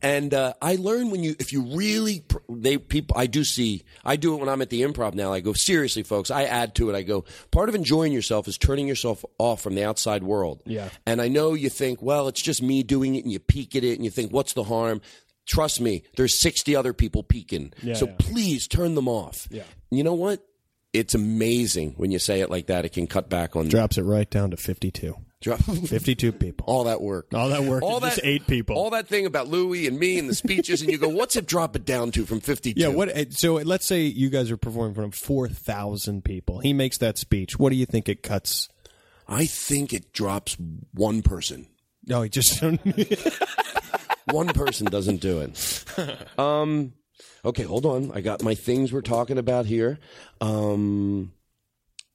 S4: And uh, I learn when you, if you really, pr- they people, I do see, I do it when I'm at the improv now. I go seriously, folks. I add to it. I go. Part of enjoying yourself is turning yourself off from the outside world.
S7: Yeah.
S4: And I know you think, well, it's just me doing it, and you peek at it, and you think, what's the harm? Trust me, there's 60 other people peeking.
S7: Yeah,
S4: so
S7: yeah.
S4: please turn them off.
S7: Yeah.
S4: You know what? It's amazing when you say it like that. It can cut back on [laughs]
S7: drops it right down to fifty-two.
S4: Drop
S7: fifty-two people.
S4: All that work.
S7: All that work.
S4: All
S7: All
S4: that-
S7: just eight people.
S4: all that thing about Louis and me and the speeches, and you go, what's it drop it down to from 52?
S7: yeah. What? eh, So let's say you guys are performing in front of four thousand people. He makes that speech. What do you think it cuts?
S4: I think it drops one person.
S7: No, he just
S4: [laughs]
S7: [laughs]
S4: one person doesn't do it. Um, okay, hold on. I got my things we're talking about here. Um,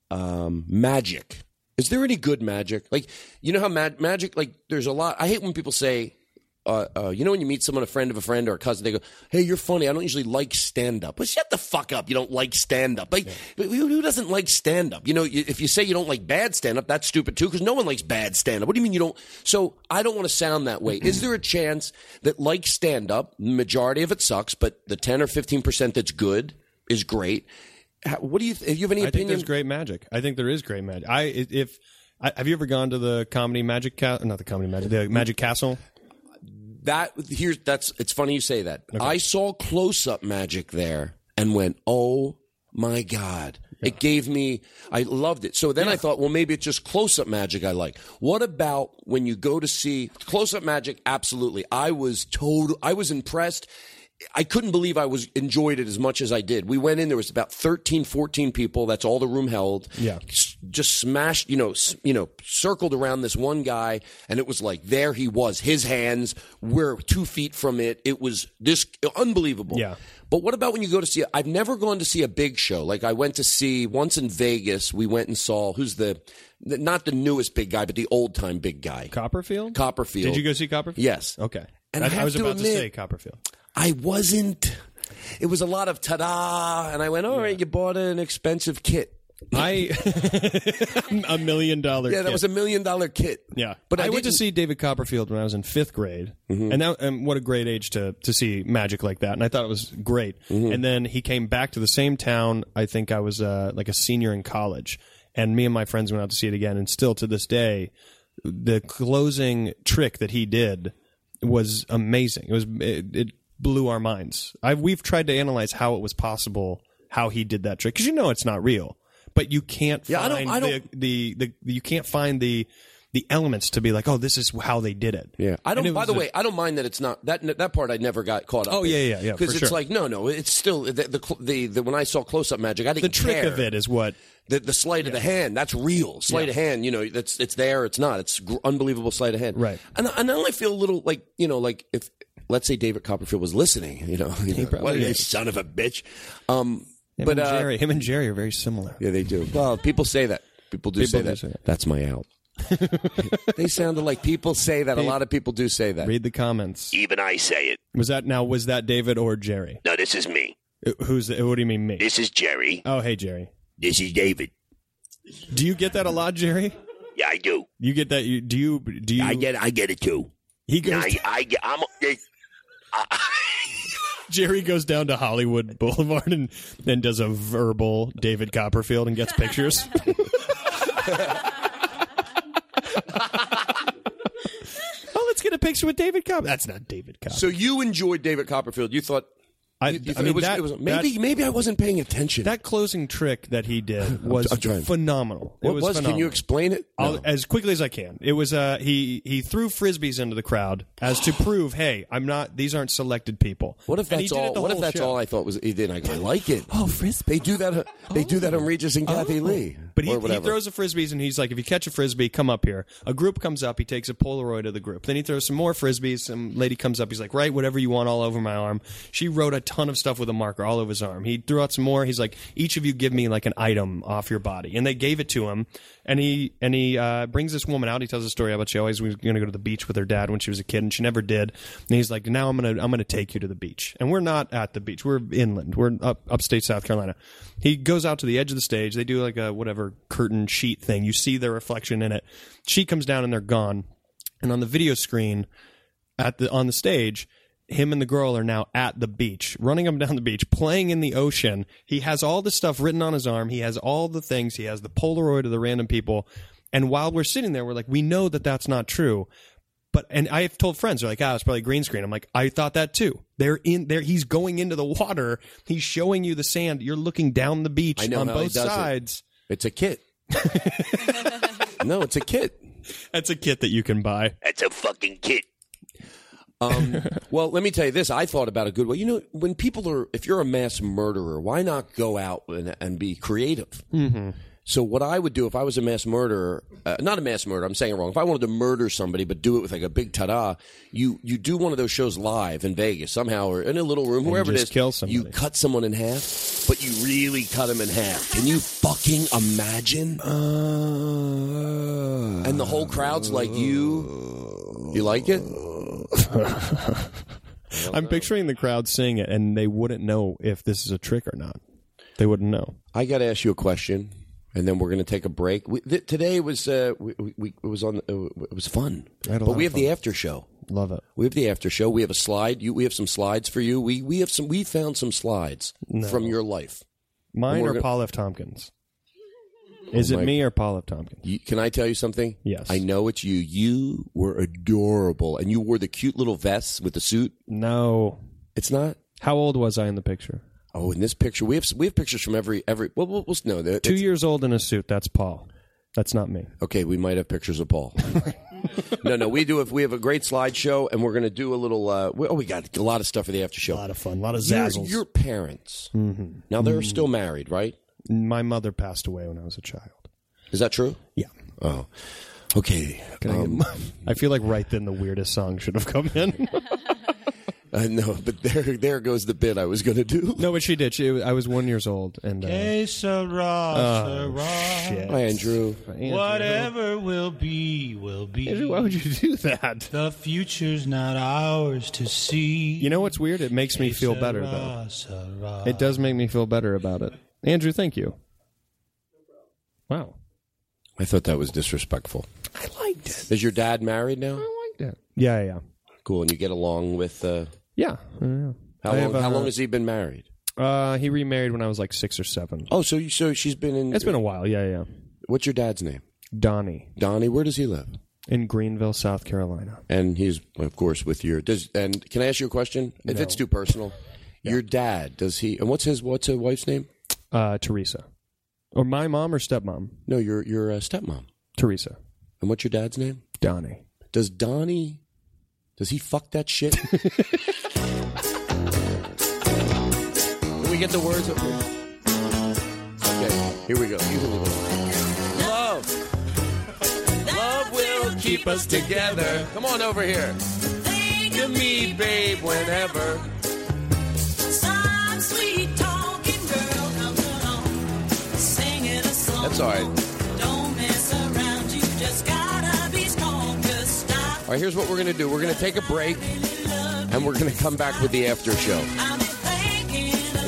S4: um, magic. Is there any good magic? Like, you know how mag- magic, like, there's a lot. I hate when people say, uh, uh, you know, when you meet someone, a friend of a friend or a cousin, they go, hey, you're funny. I don't usually like stand up. Well, shut the fuck up. You don't like stand up. Like, who who doesn't like stand up? You know, you- if you say you don't like bad stand up, that's stupid too, because no one likes bad stand up. What do you mean you don't? So I don't want to sound that way. Is there a chance that, like stand up, majority of it sucks, but the 10 or 15% that's good is great? how- what do you? Th- you have any
S7: I think
S4: opinion?
S7: there's great magic. I think there is great magic. I i- if I, have you ever gone to the comedy magic ca- not the comedy magic the magic castle?
S4: that here's that's it's funny you say that. I saw close up magic there and went, "Oh my god." It gave me I loved it. So then I thought, well maybe it's just close up magic I like. What about when you go to see close up magic? Absolutely. I was total I was impressed. I couldn't believe I was enjoyed it as much as I did. We went in there was about 13 14 people, that's all the room held
S7: Yeah.
S4: s- just smashed, you know, s- you know, circled around this one guy, and it was like there he was, his hands were two feet from it. It was this unbelievable.
S7: Yeah.
S4: But what about when you go to see? A, I've never gone to see a big show. Like I went to see once in Vegas. We went and saw who's the, the not the newest big guy, but the old time big guy,
S7: Copperfield.
S4: Copperfield.
S7: Did you go see Copperfield?
S4: Yes.
S7: Okay.
S4: And
S7: I,
S4: I have
S7: was
S4: to
S7: about
S4: admit-
S7: to say Copperfield.
S4: I wasn't. It was a lot of ta-da, and I went, all right, you bought an expensive kit.
S7: I [laughs] a million dollar.
S4: Yeah, that
S7: kid.
S4: was a million dollar kit.
S7: Yeah,
S4: But
S7: but
S4: I
S7: I, went to
S4: didn't- Mm-hmm.
S7: see David Copperfield when I was in fifth grade, and that and what a great age to to see magic like that. And I thought it was great.
S4: Mm-hmm.
S7: And then he came back to the same town. I think I was uh, like a senior in college, and me and my friends went out to see it again. And still to this day, the closing trick that he did was amazing. It was it, it blew our minds. I we've tried to analyze how it was possible how he did that trick because you know it's not real, but you can't
S4: Yeah, I
S7: find
S4: don't- I
S7: the-
S4: don't-
S7: the, the you can't find the the elements to be like, oh, this is how they did it. Yeah,
S4: I don't. By the way, I don't mind that it's not that that part. I never got caught up.
S7: Oh, yeah, yeah, yeah, for
S4: Because it's
S7: sure.
S4: like no, no. It's still the the, cl- the, the when I saw close up magic, I didn't
S7: the trick
S4: care.
S7: of it is what
S4: The, the sleight of the hand that's real sleight of hand you know that's it's there it's not it's gr- unbelievable sleight of hand right and and then I feel a little like you know like if let's say David Copperfield was listening you know, you know,
S7: probably
S4: what a
S7: is.
S4: son of a bitch um
S7: him
S4: but
S7: and
S4: uh,
S7: Jerry, him and Jerry are very similar.
S4: yeah they
S7: [laughs]
S4: do well people say that people do
S7: People
S4: say
S7: do
S4: that
S7: say that.
S4: that's my
S7: [laughs]
S4: out they sounded like people say that a lot of people do say that
S7: Read the comments.
S11: Even I say it.
S7: Was that now? Was that David or Jerry?
S11: No, this is me.
S7: Uh, Who's? The, what do you mean me?
S11: This is Jerry.
S7: Oh, hey Jerry.
S11: This is David.
S7: Do you get that a lot, Jerry?
S11: Yeah, I do.
S7: You get that? You do you do you?
S11: I get. I get it too.
S7: He goes.
S11: No, I, I get. I'm. This,
S7: Jerry goes down to Hollywood [laughs] Boulevard and then does a verbal David Copperfield and gets pictures. oh, let's get a picture with David Copperfield. That's not David Copperfield.
S4: So you enjoyed David Copperfield. You thought
S7: I,
S4: you thought
S7: I mean,
S4: it was,
S7: that-
S4: it was- maybe
S7: that-
S4: maybe I wasn't paying attention.
S7: That closing trick that he did
S4: [laughs]
S7: was
S4: I'm trying.
S7: phenomenal. It
S4: What was- can
S7: phenomenal.
S4: you explain it?
S7: I'll- e-
S4: No.
S7: as quickly as I can. It was uh, he he threw frisbees into the crowd as to prove, hey, I'm not. These aren't selected people.
S4: What if
S7: And he
S4: that's
S7: did it
S4: all?
S7: the
S4: What if
S7: whole
S4: that's
S7: show.
S4: all I thought was he did? I go, I like it.
S7: Oh, frisbee! Oh.
S4: They do that. They do that on Regis and Kathy Lee.
S7: But he,
S4: or
S7: he
S4: whatever.
S7: throws the frisbees and he's like, if you catch a frisbee, come up here. A group comes up, he takes a Polaroid of the group. Then he throws some more frisbees. Some lady comes up, he's like, write whatever you want all over my arm. She wrote a ton of stuff with a marker all over his arm. He threw out some more. He's like, each of you give me like an item off your body, and they gave it to him. And he and he uh, brings this woman out. He tells a story about she always was going to go to the beach with her dad when she was a kid, and she never did. And he's like, now I'm gonna I'm gonna take you to the beach. And we're not at the beach. We're inland. We're up upstate South Carolina. He goes out to the edge of the stage. They do like a whatever curtain sheet thing. You see their reflection in it. She comes down and they're gone. And on the video screen at the on the stage, him and the girl are now at the beach, running him down the beach, playing in the ocean. He has all the stuff written on his arm. He has all the things. He has the Polaroid of the random people. And while we're sitting there, we're like, we know that that's not true. But and I've told friends they're like, ah, it's probably green screen. I'm like, I thought that too. They're in there. He's going into the water. He's showing you the sand. You're looking down the beach
S4: I know
S7: on
S4: how he
S7: both
S4: does it.
S7: sides.
S4: It's a
S7: [laughs]
S4: kit. no, it's a kit.
S7: That's a kit that you can buy.
S11: that's a fucking kid.
S4: Um, well, let me tell you this. I thought about a good way. You know, when people are, if you're a mass murderer, why not go out and, and be creative?
S14: Mm-hmm.
S4: So what I would do if I was a mass murderer, uh, not a mass murderer, I'm saying it wrong. If I wanted to murder somebody, but do it with like a big ta-da, you you do one of those shows live in Vegas somehow, or in a little room,
S7: And
S4: wherever it
S7: just
S4: is.
S7: kill somebody.
S4: You cut someone in half, but you really cut him in half. Can you fucking imagine?
S7: Uh,
S4: and the whole crowd's like, you, you like it?
S7: I'm picturing the crowd seeing it, and they wouldn't know if this is a trick or not. They wouldn't know.
S4: I got to ask you a question, and then we're going to take a break. We, th- today was uh, we, we- we it was on uh, it was fun,
S7: I had a
S4: but
S7: lot
S4: we
S7: of
S4: have the after show.
S7: Love it.
S4: We have the after show. We have a slide. You, we have some slides for you. We we have some. We found some slides
S7: No.
S4: from your life.
S7: Mine
S4: We're
S7: or
S4: gonna-
S7: Paul F. Tompkins? Is
S4: my-
S7: it me or Paul F. Tompkins?
S4: You- can I tell you something?
S7: Yes.
S4: I know it's you. You were adorable, and you wore the cute little vests with the suit.
S7: No,
S4: it's not.
S7: How old was I in the picture?
S4: Oh, in this picture, we have we have pictures from every every. Well, we'll, we'll no, that-
S7: Two
S4: that's-
S7: years old in a suit. That's Paul. That's not me.
S4: Okay, we might have pictures of Paul. no, no, we do. If we have a great slideshow, and we're going to do a little. Uh, we, oh, we got a lot of stuff for the after show. A lot
S7: of fun. A lot of
S4: Your,
S7: zazzles.
S4: your parents.
S7: Mhm.
S4: Now they're
S7: Mhm.
S4: still married, right?
S7: My mother passed away when I was a child.
S4: Is that true?
S7: Yeah.
S4: Oh. Okay.
S7: Can I, get
S4: um,
S7: my- I feel like right then the weirdest song should have come [laughs] in.
S4: I know, but there there goes the bit I was going to do.
S7: No, but she did. She, I was one years old, and uh,
S16: Hey, Sarah,
S7: oh, shit.
S4: Hi, Andrew.
S16: Whatever will be, will be.
S7: Andrew, why would you do that?
S16: The future's not ours to see.
S7: You know what's weird? It makes me feel better though. It does make me feel better about it. Andrew, thank you. Wow.
S4: I thought that was disrespectful. I liked it. Is your dad married now?
S7: Yeah. Yeah. Yeah.
S4: Cool, and you get along with. Uh,
S7: Yeah. yeah.
S4: how
S7: I
S4: long?
S7: have, uh,
S4: how long has he been married?
S7: Uh, he remarried when I was like six or seven.
S4: Oh, so you, so she's been in.
S7: It's been a while. Yeah. Yeah.
S4: What's your dad's name?
S7: Donnie
S4: Donnie. Where does he live?
S7: in Greenville, South Carolina.
S4: And he's of course with your. Does and can I ask you a question? If
S7: No.
S4: it's too personal, your dad does he? And what's his what's his wife's name?
S7: Uh, Teresa, or my mom or stepmom,
S4: No, your your uh, stepmom.
S7: Teresa,
S4: And what's your dad's name?
S7: Donnie.
S4: Does Donnie? Does he fuck that shit? Can we get the words up here? Okay, here we go. You can leave it. Love. Love will keep us together. Come on over here. Think of me, babe, whenever.
S14: Some sweet talking girl comes along, singing a song.
S4: That's all right.
S14: Don't mess around, you just gotta be strong. Just stop.
S4: All right, here's what we're going to do we're going to take a break, and we're going to come back with the after show.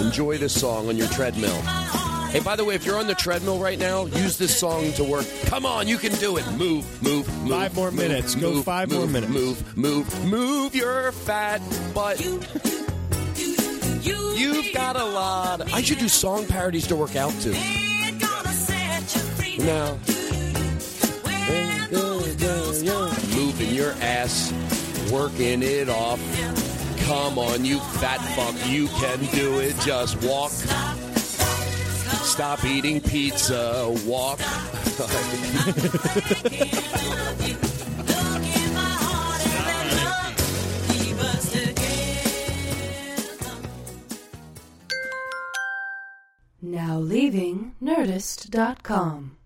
S4: Enjoy this song on your treadmill. Hey, by the way, if you're on the treadmill right now, use this song to work. Come on, you can do it. Move, move, move.
S7: Five more
S4: move,
S7: minutes. Go
S4: move,
S7: five
S4: move,
S7: more minutes.
S4: Move, move, move your fat butt. You've got a lot. I should do song parodies to work out to. Now. Moving your ass, working it off. Come on, you fat fuck, you can do it. Just walk. Stop eating pizza, walk.
S14: Keep us together.
S18: Now leaving Nerdist.com.